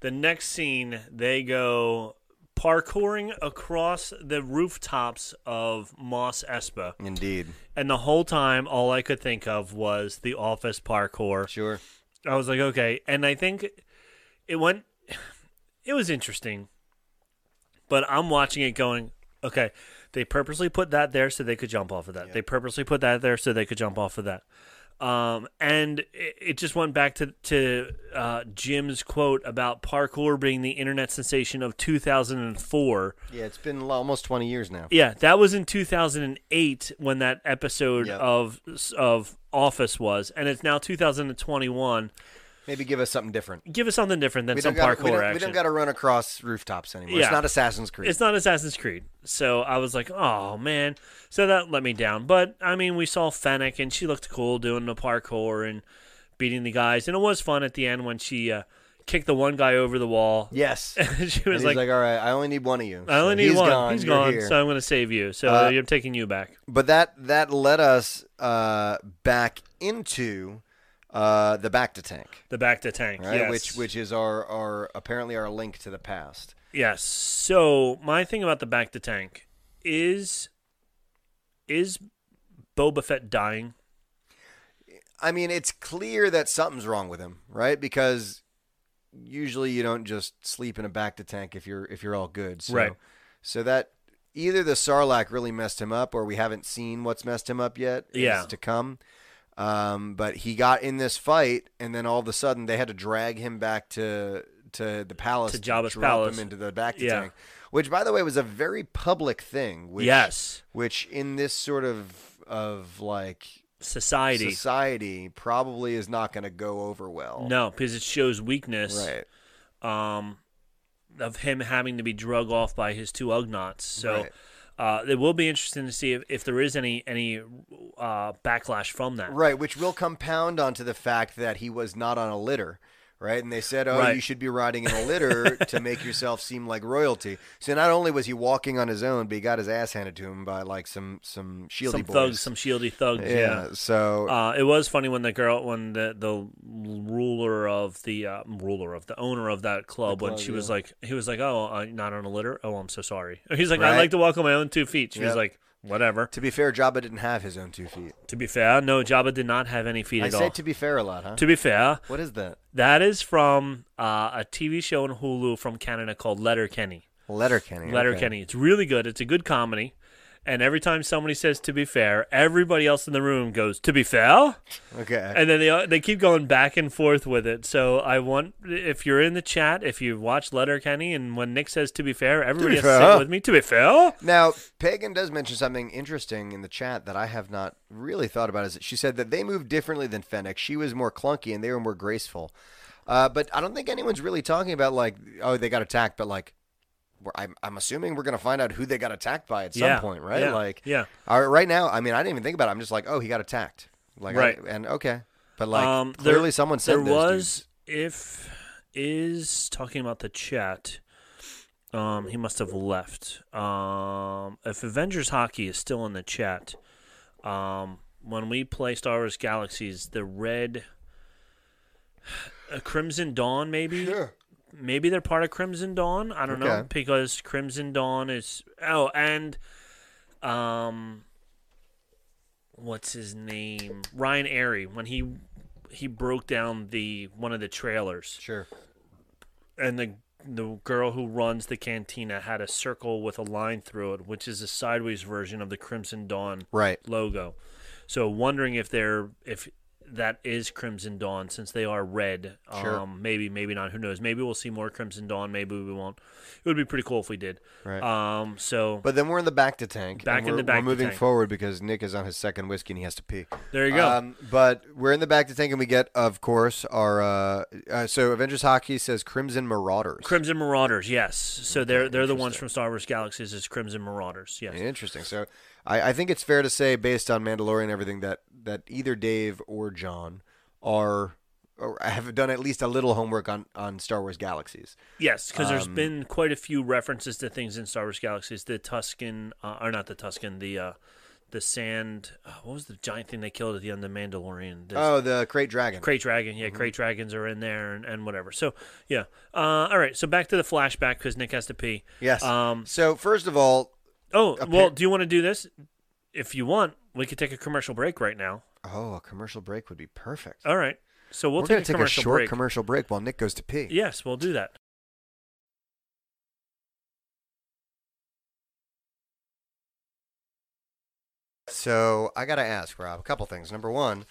A: the next scene, they go parkouring across the rooftops of Moss Espa.
F: indeed
A: And the whole time, all I could think of was the office parkour.
F: sure.
A: I was like, okay. And I think it went, it was interesting. But I'm watching it going, okay, they purposely put that there so they could jump off of that. They purposely put that there so they could jump off of that. Um, and it, it just went back to, to uh, Jim's quote about parkour being the internet sensation of 2004.
F: Yeah, it's been lo- almost twenty years now.
A: Yeah, that was in 2008 when that episode
F: Yeah.
A: of of Office was, and it's now 2021.
F: Maybe give us something different.
A: Give us something different than
F: We
A: some
F: don't, gotta,
A: parkour
F: we, don't,
A: action.
F: we don't got to run across rooftops anymore.
A: Yeah.
F: It's not Assassin's Creed.
A: it's not Assassin's Creed, so I was like, oh man. So that let me down. But I mean, we saw Fennec, and she looked cool doing the parkour and beating the guys, and it was fun at the end when she uh, kicked the one guy over the wall.
F: yes.
A: she was
F: And he's like, all right, I only need one of you.
A: I only
F: So
A: need
F: he's
A: one.
F: Gone,
A: he's
F: you're
A: gone,
F: here. Uh,
A: so I'm going to save you. So I'm taking you back.
F: but that that led us uh, back into uh, the back to tank,
A: The back to tank.
F: right?
A: yes.
F: Which which is our, our apparently our link to the past.
A: Yes. So my thing about the back to tank is is Boba Fett dying?
F: I mean, it's clear that something's wrong with him, right? Because usually you don't just sleep in a back to tank if you're if you're all good. So,
A: Right.
F: So that either the Sarlacc really messed him up, or we haven't seen what's messed him up yet. is
A: Yeah.
F: To come. Um, but he got in this fight, and then all of a sudden they had to drag him back to to the palace
A: To Jabba's
F: drop
A: palace.
F: him into the back to
A: Yeah.
F: tank, which by the way was a very public thing. Which,
A: yes.
F: Which in this sort of of like
A: Society.
F: society probably is not going to go over well.
A: No, because it shows weakness
F: Right.
A: um, of him having to be drug off by his two Ugnaughts. So
F: Right.
A: uh, it will be interesting to see if, if there is any any uh, backlash from that.
F: Right, which will compound onto the fact that he was not on a litter. Right, and they said, "Oh,
A: Right.
F: you should be riding in a litter to make yourself seem like royalty." So not only was he walking on his own, but he got his ass handed to him by like some some shieldy
A: Some
F: boys.
A: thugs, some shieldy thugs.
F: yeah.
A: yeah.
F: So
A: Uh, it was funny when the girl, when the the ruler of the uh, ruler of the owner of that club, when
F: club,
A: she was
F: yeah.
A: like, he was like, "Oh, i not on a litter. Oh, I'm so sorry." He's like, "I
F: Right.
A: like to walk on my own two feet." She was
F: Yep.
A: like, "Whatever."
F: to be fair, Jabba didn't have his own two feet.
A: To be fair, no, Jabba did not have any feet
F: I
A: at all.
F: say to be fair a lot, huh?
A: To be fair,
F: what is that?
A: that is from uh, a TV show on Hulu from Canada called Letter Kenny.
F: Letter Kenny.
A: Letter Kenny. It's really good. It's a good comedy. And every time somebody says "to be fair," everybody else in the room goes "to be fair."
F: Okay.
A: and then they they keep going back and forth with it. So I want if you're in the chat, if you watch Letter Kenny, and when Nick says "to be fair," everybody has to
F: fair.
A: sit with me. To be fair,
F: Now, Pagan does mention something interesting in the chat that I have not really thought about. Is that she said that they moved differently than Fennec. She was more clunky and they were more graceful. Uh, but I don't think anyone's really talking about like, oh, they got attacked, but like, we're, I'm, I'm assuming we're gonna find out who they got attacked by at some
A: Yeah,
F: point, right?
A: yeah,
F: Like,
A: yeah.
F: all right, right now, I mean, I didn't even think about it. I'm just like, oh, he got attacked, like, I-
A: Right.
F: and okay, but like,
A: um, there-
F: clearly someone said
A: there
F: those
A: was if is talking about the chat. Um, he must have left. Um, if Avengers Hockey is still in the chat, um, when we play Star Wars Galaxies, the red, a Crimson Dawn maybe maybe they're part of Crimson Dawn. I don't know
F: Okay.
A: because Crimson Dawn is oh and um what's his name Ryan Airy when he he broke down the one of the trailers
F: Sure.
A: and the the girl who runs the cantina had a circle with a line through it, which is a sideways version of the Crimson Dawn
F: Right.
A: logo. So wondering if they're if that is Crimson Dawn since they are red.
F: Sure.
A: Um maybe maybe not, who knows. Maybe we'll see more Crimson Dawn, maybe we won't. It would be pretty cool if we did.
F: Right.
A: Um so
F: But then we're in the back to tank.
A: Back
F: and
A: in
F: we're,
A: the back
F: We're
A: to
F: moving
A: tank.
F: forward because Nick is on his second whiskey and he has to pee.
A: there you go.
F: Um, but we're in the back to tank and we get, of course, our. Uh, uh, so Avengers Hockey says Crimson Marauders.
A: Crimson Marauders, yes. So they're they're the ones from Star Wars Galaxies is Crimson Marauders, yes.
F: Interesting. So I, I think it's fair to say, based on Mandalorian and everything, that, that either Dave or John are. Or have done at least a little homework on, on Star Wars Galaxies.
A: Yes, because there's
F: Um,
A: been quite a few references to things in Star Wars Galaxies. The Tuscan, uh, or not the Tuscan, the uh, the sand. Uh, what was the giant thing they killed at the end of Mandalorian? The
F: Oh, the Crate Dragon.
A: Crate dragon,
F: Mm-hmm.
A: yeah, crate dragons are in there and, and whatever. So yeah, uh, all right. So back to the flashback because Nick has to pee.
F: Yes.
A: Um.
F: so first of all,
A: Oh
F: Appa-
A: well, do you want to do this? If you want, we could take a commercial break right now.
F: oh, a commercial break would be perfect.
A: All right. So we'll
F: We're
A: take
F: gonna
A: a
F: take a
A: commercial
F: short
A: break.
F: commercial break while Nick goes to pee.
A: yes, we'll do that.
F: So I gotta ask Rob a couple things. Number one,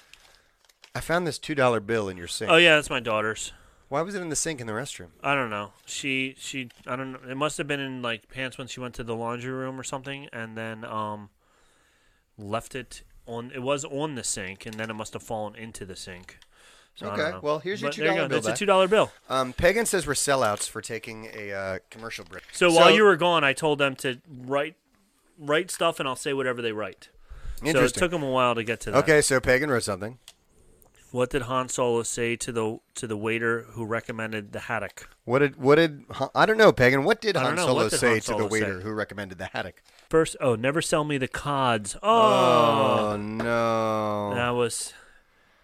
F: I found this two dollar bill in your sink.
A: Oh yeah, that's my daughter's.
F: Why was it in the sink in the restroom?
A: I don't know. She she I don't know. It must have been in like pants when she went to the laundry room or something, and then um left it on. It was on the sink, and then it must have fallen into the sink. So I don't
F: Okay,
A: know.
F: well, here's your
A: But there you
F: $2
A: go.
F: bill
A: That's a
F: back.
A: two dollar bill.
F: Um, Pagan says we're sellouts for taking a uh, commercial break.
A: So, while you were gone, I told them to write write stuff, and I'll say whatever they write. So it
F: Interesting.
A: took them a while to get to that.
F: okay, so Pagan wrote something.
A: What did Han Solo say to the to the waiter who recommended the haddock?
F: What did what did Han- I don't know, Pagan? What did
A: I don't
F: Han
A: know.
F: Solo
A: What did
F: say
A: Han
F: to
A: Solo
F: the waiter
A: say?
F: who recommended the haddock?
A: First, oh, never sell me the cods. oh.
F: Oh no!
A: That was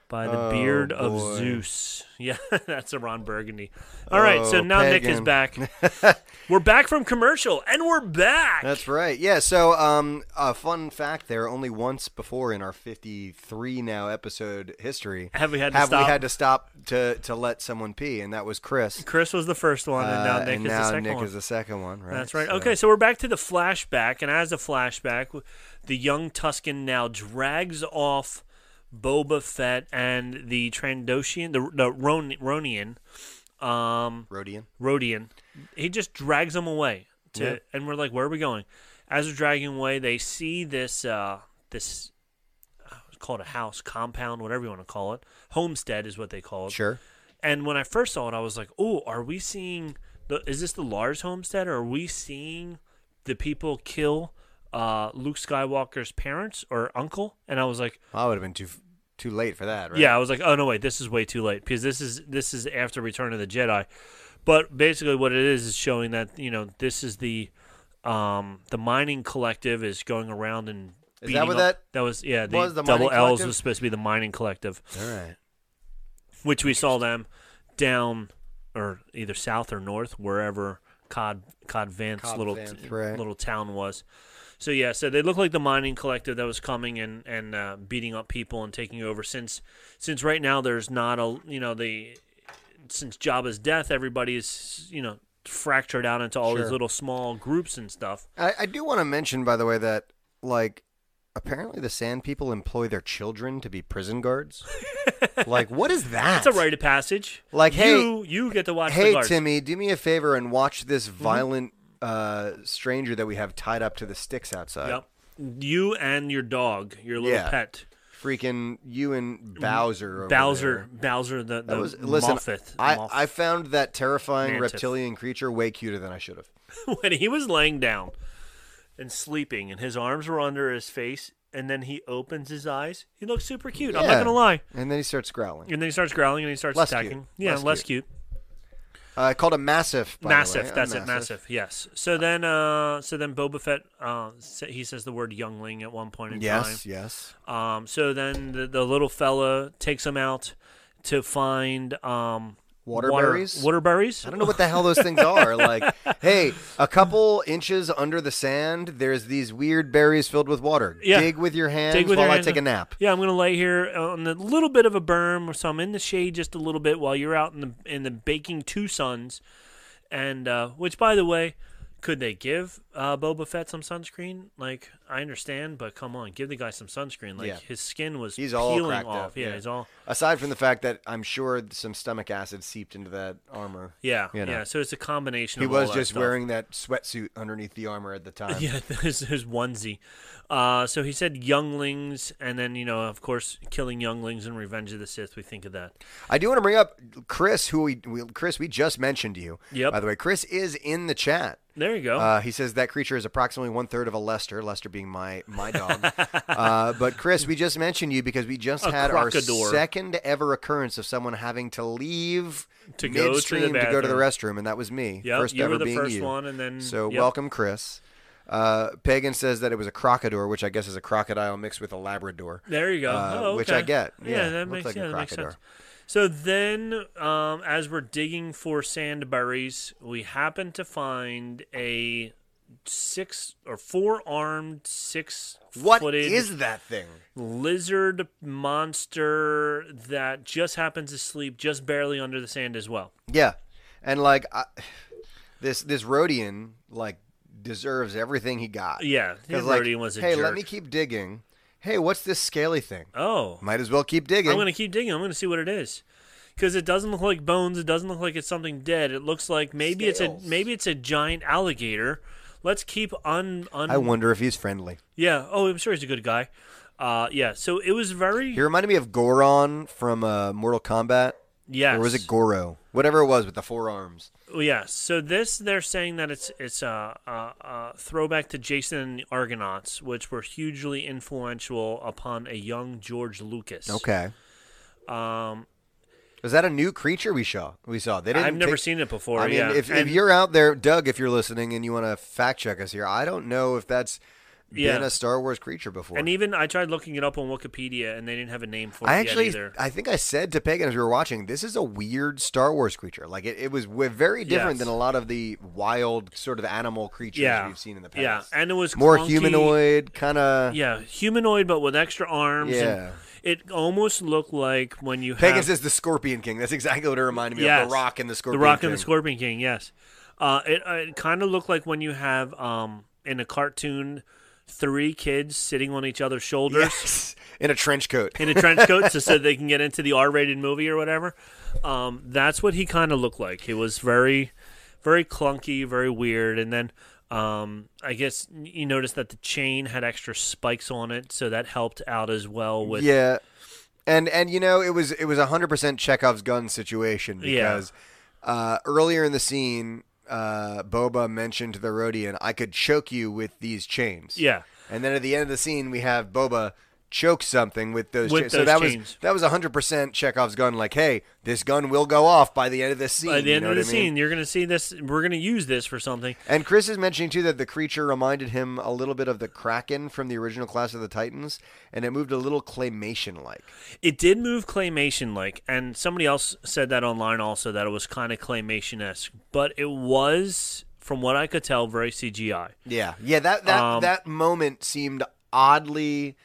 A: by the
F: Oh,
A: beard of
F: boy.
A: Zeus. Yeah, that's a Ron Burgundy. All right, so
F: Oh,
A: now Nick is
F: pagan.
A: back. we're back from commercial, and we're back.
F: That's right. Yeah. So, um, a fun fact there: only once before in our fifty-three now episode history
A: Have we had to
F: we
A: stop?
F: had to stop to to let someone pee, and that was Chris.
A: Chris was the first one, and now
F: Uh,
A: Nick
F: and
A: is
F: now
A: the second
F: Nick
A: one.
F: is the second one. Right.
A: That's right.
F: So-
A: Okay, so we're back to the flashback, and as a flashback, w- the young Tuscan now drags off Boba Fett and the Trandoshan, the, the Ron, Ronian, um,
F: Rodian.
A: Rodian. He just drags them away. To
F: Yeah.
A: and we're like, where are we going? As they're dragging away, they see this uh, this uh, it's called a house compound, whatever you want to call it. Homestead is what they call it.
F: Sure.
A: And when I first saw it, I was like, oh, are we seeing? The, is this the Lars homestead, or are we seeing the people kill uh, Luke Skywalker's parents or uncle? And I was like,
F: Well, I would have been too too late for that, right?
A: yeah, I was like, oh no, wait, this is way too late because this is this is after Return of the Jedi. But basically, what it is is showing that you know this is the um the mining collective is going around and
F: Is that
A: beating
F: what
A: up-
F: that
A: that was yeah the,
F: was, the
A: double
F: mining
A: L's
F: collective?
A: was supposed to be the mining collective,
F: All right.
A: which we saw them down or either south or north wherever Cod Cod Vanth's
F: Cod
A: little
F: Vanth,
A: t-
F: right.
A: little town was. So yeah, so they look like the mining collective that was coming and and uh, beating up people and taking over. Since since right now there's not a you know the since Jabba's death, everybody is you know fractured out into all these
F: Sure.
A: little small groups and stuff.
F: I, I do want to mention, by the way, that like apparently the Sand People employ their children to be prison guards. like, what is that?
A: That's a rite of passage.
F: Like, hey-
A: you you get to watch the
F: Hey
A: guards. Mm-hmm.
F: Timmy, do me a favor and watch this violent uh, stranger that we have tied up to the sticks outside.
A: Yep. You and your dog, your little
F: Yeah.
A: pet.
F: Freaking you and Bowser. Over
A: Mm, Bowser,
F: there.
A: Bowser, the, the
F: That was listen.
A: Moffat.
F: I,
A: Moff-
F: I found that terrifying
A: Mantith.
F: reptilian creature way cuter than I should have.
A: when he was laying down and sleeping, and his arms were under his face, and then he opens his eyes. He looks super cute. I'm not
F: Yeah.
A: gonna lie.
F: And then he starts growling.
A: And then he starts growling and he starts
F: Less
A: attacking.
F: cute.
A: Yeah, less,
F: Less
A: cute.
F: Uh, called a massive. by the way.
A: Massive.
F: A
A: That's it. Massive. Yes. So then, uh, so then Boba Fett, uh, sa- he says the word youngling at one point in
F: Yes.
A: time.
F: Yes.
A: Um. So then the, the little fella takes him out to find um
F: Waterberries?
A: Water, waterberries?
F: I don't know what the hell those things are. Like, hey, a couple inches under the sand, there's these weird berries filled with water.
A: Yeah.
F: Dig with your hands
A: Dig with
F: while
A: your
F: I
A: hands-
F: take a nap.
A: Yeah, I'm gonna lay here on a little bit of a berm, so I'm in the shade just a little bit while you're out in the in the baking two suns. And uh, which, by the way, could they give uh, Boba Fett some sunscreen? Like, I understand, but come on, give the guy some sunscreen. Like
F: Yeah.
A: his skin was
F: He's all
A: peeling
F: cracked
A: off.
F: up.
A: Yeah, he's all.
F: Aside from the fact that I'm sure some stomach acid seeped into that armor.
A: Yeah,
F: You know.
A: yeah. So it's a combination.
F: He
A: of
F: was
A: all that
F: just
A: stuff.
F: wearing that sweatsuit underneath the armor at the time.
A: Yeah, his, his onesie. Uh, so he said younglings, and then you know, of course, killing younglings and Revenge of the Sith. We think of that.
F: I do want to bring up Chris, who we, we Chris, we just mentioned you.
A: Yep.
F: By the way, Chris is in the chat.
A: There you go.
F: Uh, he says that creature is approximately one third of a Lester, Lester being my my dog. uh, but Chris, we just mentioned you because we just
A: A
F: had
A: crocodore.
F: our second ever occurrence of someone having to leave
A: To go to the
F: midstream to go to the
A: bathroom.
F: restroom, and that was me.
A: Yep,
F: first
A: you
F: ever
A: were the
F: being
A: first
F: you.
A: one, and then-
F: so
A: yep.
F: welcome, Chris. Uh, Pagan says that it was a crocodor, which I guess is a crocodile mixed with a Labrador.
A: There you go.
F: uh,
A: oh,
F: which I
A: okay.
F: get. Yeah,
A: that
F: looks
A: makes
F: like a
A: yeah, that makes sense.
F: crocodile.
A: So then, um, as we're digging for sand berries, we happen to find a six or four armed, six
F: What is
A: footed
F: that thing?
A: lizard monster that just happens to sleep just barely under the sand as well.
F: Yeah, and like I, this this Rhodian like deserves everything he got.
A: Yeah,
F: Because
A: his
F: like,
A: Rodian was a
F: hey, let
A: jerk.
F: me keep digging. Hey, what's this scaly thing?
A: Oh,
F: Might as well keep digging.
A: I'm gonna keep digging. I'm gonna see what it is, because it doesn't look like bones. It doesn't look like it's something dead. It looks like maybe
F: Scales.
A: it's a maybe it's a giant alligator. Let's keep un un.
F: I wonder if he's friendly.
A: yeah. Oh, I'm sure he's a good guy. Uh, yeah. So it was very.
F: He reminded me of Goron from uh, Mortal Kombat.
A: yes.
F: Or was it Goro? Whatever it was with the four arms.
A: Oh, yeah. So this, they're saying that it's it's a, a, a throwback to Jason and the Argonauts, which were hugely influential upon a young George Lucas.
F: Okay.
A: Um,
F: Is that a new creature we saw? We saw. They didn't.
A: I've never
F: take-
A: seen it before.
F: I mean,
A: yeah.
F: if,
A: And-
F: if you're out there, Doug, if you're listening and you want to fact check us here, I don't know if that's
A: Yeah.
F: been a Star Wars creature before.
A: and even I tried looking it up on Wikipedia, and they didn't have a name for
F: I
A: it
F: actually,
A: yet either.
F: I think I said to Pagan as we were watching, this is a weird Star Wars creature. Like it, it was w- very different
A: Yes.
F: than a lot of the wild sort of animal creatures
A: yeah,
F: we've seen in the past.
A: yeah, and it was
F: more
A: clunky.
F: humanoid, kind of.
A: Yeah, humanoid, but with extra arms.
F: Yeah.
A: and it almost looked like when you
F: Pagan
A: have,
F: says the Scorpion King. That's exactly what it reminded me of.
A: Yes.
F: The Rock and the Scorpion.
A: The Rock
F: King.
A: and the Scorpion King, yes. Uh, it uh, it kind of looked like when you have um, in a cartoon three kids sitting on each other's shoulders
F: Yes, in a trench coat.
A: in a trench coat so, so they can get into the R-rated movie or whatever. Um, that's what he kind of looked like. He was very, very clunky, very weird. And then um, I guess you noticed that the chain had extra spikes on it, so that helped out as well with
F: yeah, and and you know it was it was a hundred percent Chekhov's gun situation
A: Yeah.
F: because uh, earlier in the scene, uh, Boba mentioned to the Rodian, "I could choke you with these chains."
A: yeah.
F: And then at the end of the scene, we have Boba choke something with those.
A: With
F: chains. so
A: those
F: that was
A: chains.
F: that was hundred percent Chekhov's gun. Like, hey, this gun will go off by the end of this scene.
A: By the
F: you
A: end
F: know
A: of the
F: what I mean?
A: scene, you're gonna see this. We're gonna use this for something.
F: And Chris is mentioning too that the creature reminded him a little bit of the Kraken from the original Class of the Titans, and it moved a little claymation like.
A: It did move claymation like, and somebody else said that online also that it was kind of claymation esque, but it was, from what I could tell, very CGI.
F: Yeah, yeah. That that
A: Um,
F: that moment seemed oddly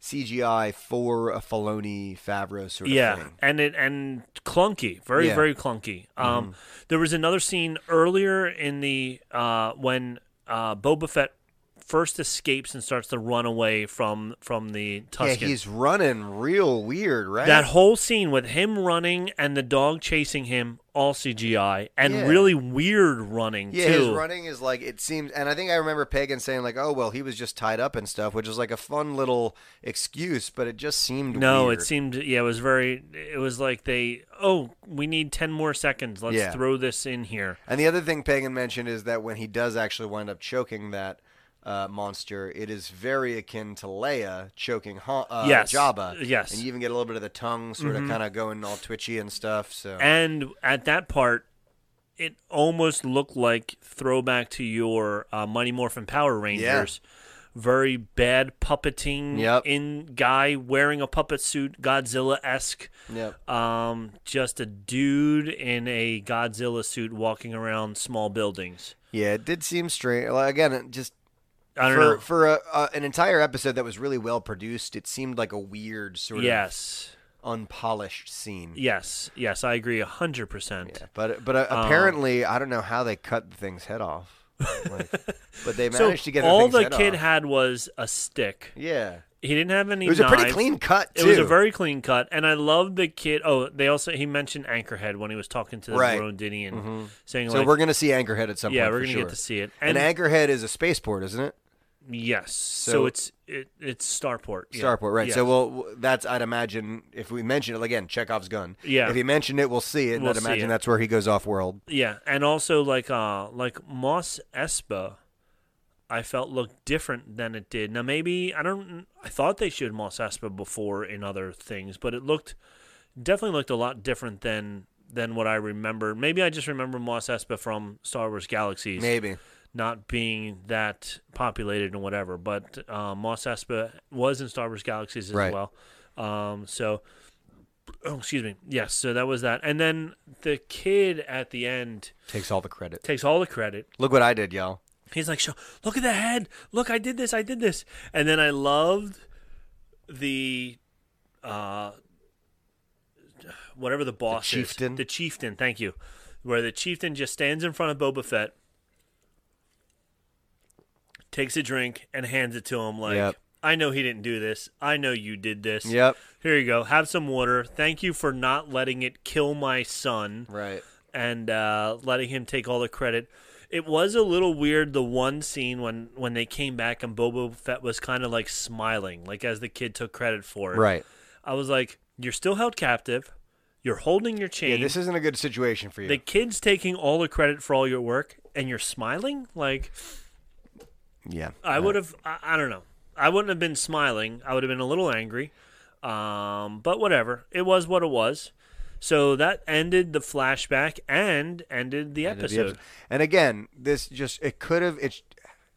F: CGI for a Filoni Favreau sort of
A: yeah,
F: thing.
A: and it and clunky, very
F: Yeah. Mm-hmm.
A: very clunky. Um, there was another scene earlier in the uh when uh Boba Fett first escapes and starts to run away from from the Tusken.
F: Yeah, he's running real weird, right?
A: That whole scene with him running and the dog chasing him, all CGI, and
F: Yeah.
A: really weird running
F: Yeah,
A: too.
F: his running is like it seems, and I think I remember Pagan saying like, "Oh well, he was just tied up and stuff," which is like a fun little excuse, but it just seemed
A: no,
F: weird.
A: it seemed yeah, it was very. It was like they oh, we need ten more seconds. Let's
F: Yeah.
A: throw this in here.
F: And the other thing Pagan mentioned is that when he does actually wind up choking that uh, monster, it is very akin to Leia choking Han- uh,
A: Yes.
F: Jabba.
A: Yes. Mm-hmm.
F: and you even get a little bit of the tongue sort of kind of going all twitchy and stuff. So
A: And at that part, it almost looked like throwback to your uh, Mighty Morphin Power Rangers, very bad puppeting
F: Yep.
A: in guy wearing a puppet suit, Godzilla esque.
F: Yep.
A: Um, just a dude in a Godzilla suit walking around small buildings.
F: Yeah, it did seem strange. Like, again, it just
A: I don't
F: for
A: know.
F: for a, uh, an entire episode that was really well produced, it seemed like a weird sort
A: Yes.
F: of unpolished scene.
A: Yes, yes, I agree a hundred percent.
F: But but uh,
A: Um,
F: apparently, I don't know how they cut the thing's head off. Like, but they
A: So
F: managed to get the,
A: all the
F: thing's head
A: kid
F: off.
A: had was a stick.
F: Yeah,
A: He didn't have any.
F: it was a pretty
A: knives.
F: clean cut. Too.
A: It was a very clean cut, and I love the kid. Oh, they also he mentioned Anchorhead when he was talking to the
F: Right. Mm-hmm.
A: Burundian, saying
F: so
A: like,
F: we're gonna see Anchorhead at some
A: "Yeah,
F: point.
A: we're
F: for
A: gonna
F: sure.
A: get to see it."
F: And, Anchorhead is a spaceport, isn't it?
A: yes, so,
F: So-
A: it's it, it's Starport. yeah.
F: Starport, right? So
A: Yeah.
F: well, w- that's I'd imagine if we mention it again, Chekhov's gun.
A: Yeah.
F: If he mentioned it, we'll see it. and
A: We'll
F: I'd
A: see
F: imagine
A: it.
F: that's where he goes off world.
A: yeah, and also like uh like Moss Espa, I felt looked different than it did. Now maybe I don't. I thought they showed Moss Espa before in other things, but it looked definitely looked a lot different than than what I remember. Maybe I just remember Moss Espa from Star Wars Galaxies.
F: Maybe.
A: not being that populated and whatever. But um, Moss Espa was in Star Wars Galaxies as
F: Right.
A: well. Um, so, oh, excuse me. Yes, so that was that. And then the kid at the end
F: Takes all the credit.
A: takes all the credit.
F: Look what I did, y'all.
A: He's like, "Show- look at the head. Look, I did this. I did this. And then I loved the. Uh, whatever the boss
F: chieftain?
A: is, the chieftain. Thank you, where the chieftain just stands in front of Boba Fett, takes a drink and hands it to him. Like,
F: Yep.
A: I know he didn't do this. I know you did this.
F: Yep.
A: Here you go. Have some water. Thank you for not letting it kill my son
F: Right.
A: and uh, letting him take all the credit. It was a little weird the one scene when when they came back and Boba Fett was kind of like smiling, like as the kid took credit for it.
F: Right.
A: I was like, "You're still held captive. You're holding your chain.
F: Yeah, this isn't a good situation for you.
A: the kid's taking all the credit for all your work, and you're smiling. Like
F: yeah.
A: I would have. I, I don't know. I wouldn't have been smiling. I would have been a little angry. Um, but whatever. It was what it was. So that ended the flashback and ended the
F: End of the
A: episode.
F: And again, this just it could have it's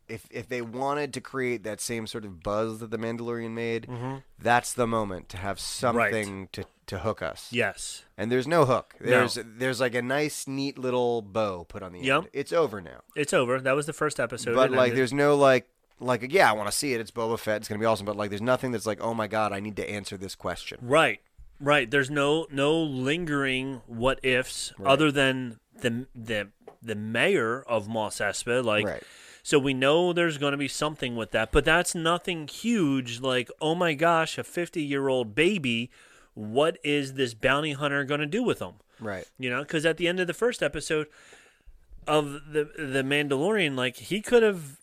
F: if if they wanted to create that same sort of buzz that the Mandalorian made,
A: Mm-hmm.
F: that's the moment to have something to to hook us.
A: Yes.
F: And there's no hook. There's there's like a nice neat little bow put on the
A: Yep.
F: end. It's over now.
A: It's over. That was the first episode.
F: but
A: It
F: like
A: ended.
F: there's no like like yeah, I want to see it. It's Boba Fett. It's going to be awesome, but like there's nothing that's like, "Oh my god, I need to answer this question."
A: right, right. There's no no lingering what ifs other than the the the mayor of Mos Espa. Like,
F: Right.
A: so we know there's going to be something with that, but that's nothing huge. Like, oh my gosh, a 50 year old baby. What is this bounty hunter going to do with him?
F: Right.
A: You know, because at the end of the first episode of the the Mandalorian, like he could have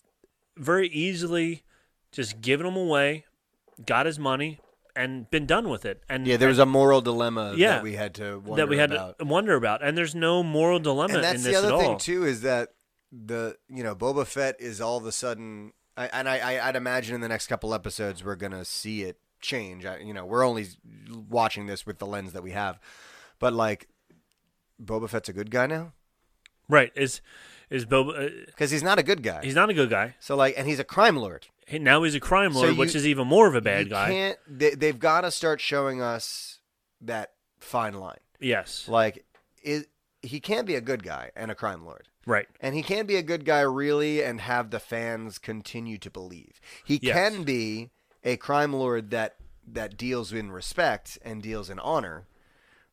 A: very easily just given him away, got his money, and been done with it. And
F: Yeah, there was a moral dilemma
A: Yeah.
F: that we had to wonder
A: that we had
F: about.
A: to wonder about. And there's no moral dilemma
F: and that's
A: in
F: the
A: this
F: other
A: at
F: thing
A: all.
F: too is that the you know Boba Fett is all of a sudden, I, and I, I I'd imagine in the next couple episodes we're gonna see it change. I, you know, we're only watching this with the lens that we have, but like Boba Fett's a good guy now
A: Right? Is is Boba? Uh,
F: because he's not a good guy.
A: he's not a good guy.
F: so like, and he's a crime lord.
A: He- Now he's a crime
F: So
A: lord, which
F: you-
A: is even more of a bad
F: you
A: guy.
F: Can't they, they've got to start showing us that fine line?
A: Yes.
F: Like, is he can't be a good guy and a crime lord.
A: Right.
F: And he can be a good guy, really, and have the fans continue to believe. He
A: Yes.
F: can be a crime lord that that deals in respect and deals in honor.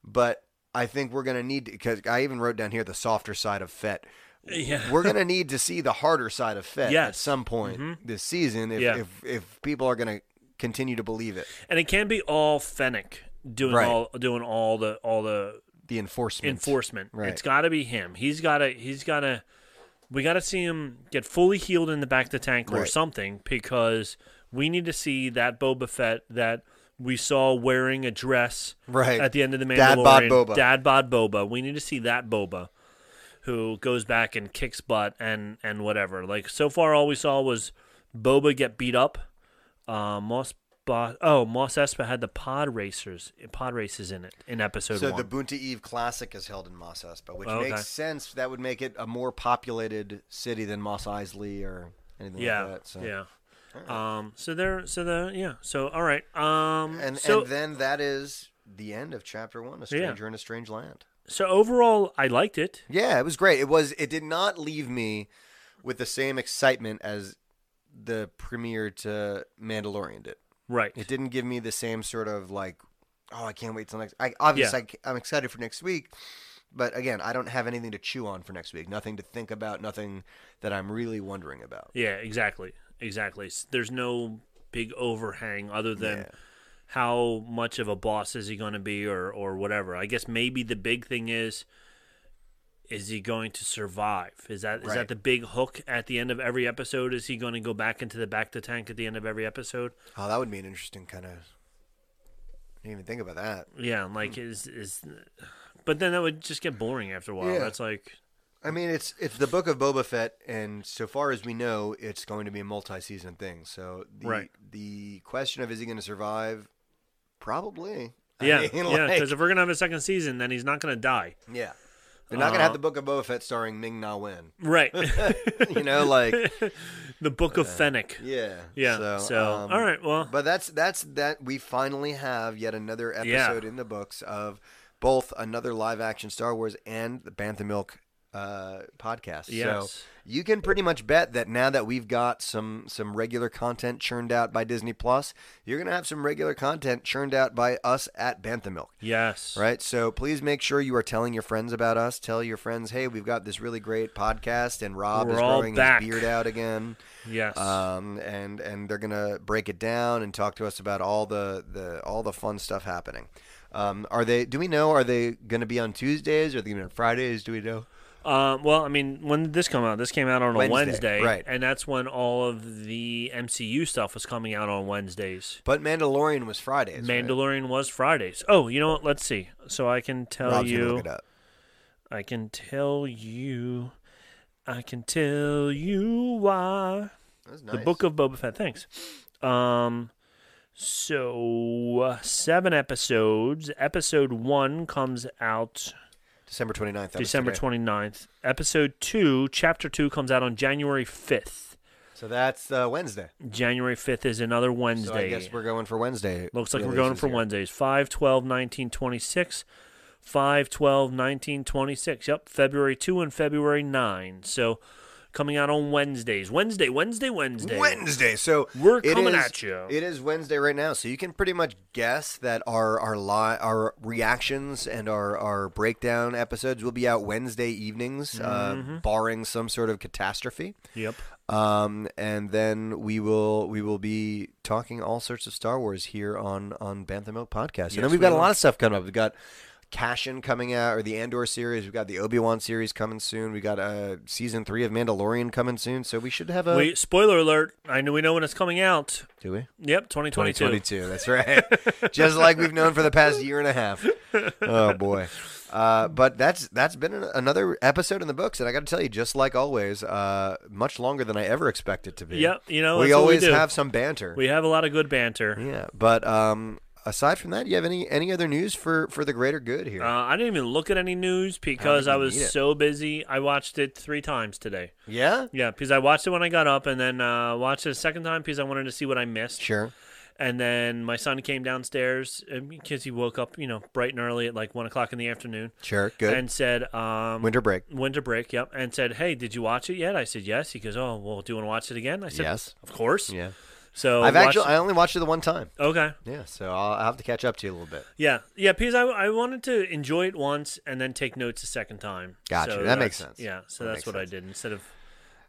F: But I think we're gonna need because I even wrote down here the softer side of Fett.
A: Yeah.
F: We're gonna need to see the harder side of Fett at
A: Yes. Mm-hmm.
F: some point this season if,
A: Yeah.
F: if if people are gonna continue to believe it.
A: And it can be all Fennec doing
F: Right.
A: all doing all the all the
F: The enforcement.
A: enforcement.
F: Right.
A: It's got to be him. He's got to. He's got to. We got to see him get fully healed in the back of the tank or
F: Right.
A: something because we need to see that Boba Fett that we saw wearing a dress
F: Right.
A: at the end of the Mandalorian.
F: Dad bod Boba.
A: Dad bod Boba. We need to see that Boba who goes back and kicks butt and and whatever. Like so far, all we saw was Boba get beat up. Uh, Moss. Bo- Oh, Moss Espa had the pod racers, pod races in it in episode
F: So
A: one. Oh,
F: the Bunta Eve Classic is held in Mos Espa, which
A: Okay.
F: makes sense. That would make it a more populated city than Mos Eisley or anything
A: yeah,
F: like that. So.
A: yeah. Um, so there, so the yeah, so all right. Um,
F: And
A: so
F: and then that is the end of chapter one, A Stranger in a Strange Land.
A: so overall, I liked it.
F: Yeah, it was great. It was it did not leave me with the same excitement as the premiere to Mandalorian did.
A: Right.
F: It didn't give me the same sort of like, oh, I can't wait till next. I obviously I, am excited for next week, but again, I don't have anything to chew on for next week. Nothing to think about. Nothing that I'm really wondering about.
A: Yeah, exactly. Exactly. S- There's no big overhang other than
F: Yeah.
A: how much of a boss is he going to be or or whatever. I guess maybe the big thing is is he going to survive? Is that is
F: Right.
A: that the big hook at the end of every episode? Is he going to go back into the back to tank at the end of every episode?
F: Oh, that would be an interesting kind of. Didn't even think about that.
A: Yeah, like is is but then that would just get boring after a while.
F: Yeah.
A: That's like
F: I mean, it's it's the book of Boba Fett, and so far as we know, it's going to be a multi-season thing. So the
A: Right.
F: the question of is he going to survive? Probably. I
A: yeah,
F: mean,
A: yeah. Because
F: like-
A: if we're gonna have a second season, then he's not gonna die,
F: yeah. They're not going to have the book of Boba Fett starring Ming Na Wen.
A: right?
F: you know, like
A: the Book of Fennec.
F: yeah,
A: Yeah. So,
F: um,
A: all right. Well,
F: But that's that's that we finally have yet another episode in the books of both another live action Star Wars and the Bantha Milk uh, podcast. So
A: Yes.
F: you can pretty much bet that now that we've got some some regular content churned out by Disney Plus, you're gonna have some regular content churned out by us at Bantha Milk.
A: yes.
F: Right. So please make sure you are telling your friends about us. Tell your friends, hey, we've got this really great podcast, and Rob
A: We're
F: is
A: all
F: growing
A: back.
F: his beard out again.
A: Yes.
F: Um, and and they're gonna break it down and talk to us about all the the all the fun stuff happening. Um, are they? Do we know? Are they gonna be on Tuesdays? Are they gonna be on Fridays? Do we know?
A: Uh, well, I mean, when did this come out? This came out on a
F: Wednesday,
A: Wednesday,
F: right.
A: And that's when all of the MCU stuff was coming out on Wednesdays.
F: But Mandalorian was Fridays. right?
A: Mandalorian was Fridays. Oh, you know what? Let's see. So I can tell
F: Rob's gonna
A: you.
F: look it up.
A: I can tell you. I can tell you why.
F: That's
A: The Book of Boba Fett. Thanks. Um, so uh, seven episodes. Episode one comes out
F: December 29th. that was
A: December
F: today.
A: 29th. Episode 2, Chapter 2 comes out on January 5th.
F: So that's uh, Wednesday.
A: January 5th is another Wednesday.
F: So I guess we're going for Wednesday.
A: Looks like we're going
F: releases
A: for
F: here.
A: Wednesdays. 5, 12, 19, 26. 5, 12, 19, 26. Yep, February 2 and February 9. So coming out on Wednesdays. Wednesday, Wednesday, Wednesday.
F: Wednesday. So
A: We're
F: it
A: coming
F: is-
A: at you.
F: It is Wednesday right now, so you can pretty much guess that our our li- our reactions and our our breakdown episodes will be out Wednesday evenings,
A: Mm-hmm.
F: uh, barring some sort of catastrophe.
A: Yep.
F: Um, and then we will we will be talking all sorts of Star Wars here on on Bantha Milk Podcast. and then
A: Yes,
F: we've got a
A: we will.
F: lot of stuff coming up. We've got Cashin coming out, or the Andor series. We've got the Obi Wan series coming soon. We got uh, season three of Mandalorian coming soon. So we should have a
A: We, spoiler alert. I know we know when it's coming out.
F: do we?
A: Yep, 2022.
F: 2022. That's right. Just like we've known for the past year and a half. Oh boy. Uh, but that's that's been an, another episode in the books, and I got to tell you, just like always, uh, much longer than I ever expected to be.
A: Yep, you know,
F: we
A: that's what we
F: always
A: do.
F: have some banter.
A: We have a lot of good banter.
F: yeah, but um, aside from that, you have any any other news for for the greater good here?
A: Uh, I didn't even look at any news because
F: think
A: I
F: you need
A: was
F: it.
A: so busy. I watched it three times today.
F: yeah,
A: Yeah, because I watched it when I got up, and then uh, watched it a second time because I wanted to see what I missed.
F: sure.
A: And then my son came downstairs uh, because he woke up, you know, bright and early at like one o'clock in the afternoon,
F: Sure, good.
A: and said, um,
F: Winter break.
A: winter break, yep," and said, "Hey, did you watch it yet?" I said, "Yes." He goes, "Oh, well, do you want to watch it again?" I said,
F: Yes.
A: of course."
F: Yeah,
A: So
F: I've
A: watched-
F: actually I only watched it the one time.
A: okay.
F: Yeah, so I'll, I'll have to catch up to you a little bit.
A: Yeah, yeah, because I, I wanted to enjoy it once and then take notes a second time.
F: Gotcha, that
A: that's-
F: makes sense.
A: Yeah, so
F: That makes
A: that's what
F: sense.
A: I did instead of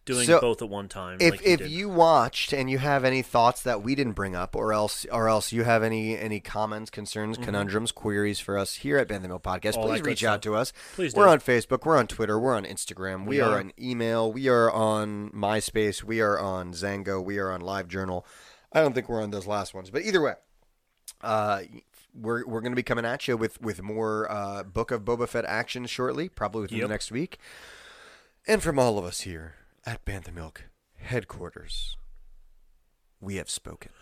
A: doing
F: So,
A: both at one time.
F: if
A: like you
F: if
A: did.
F: you watched and you have any thoughts that we didn't bring up or else or else you have any any comments concerns conundrums queries for us here at Band the Mill podcast
A: Mm-hmm. All that
F: please
A: good
F: reach out
A: stuff.
F: to us
A: Please
F: we're
A: do.
F: on facebook we're on twitter we're on instagram we,
A: We
F: are.
A: are.
F: on email we are on myspace we are on zango we are on livejournal i don't think we're on those last ones but either way uh, we're we're going to be coming at you with with more uh, Book of Boba Fett action shortly, probably within
A: Yep.
F: the next week. And from all of us here at Bantha Milk headquarters, we have spoken.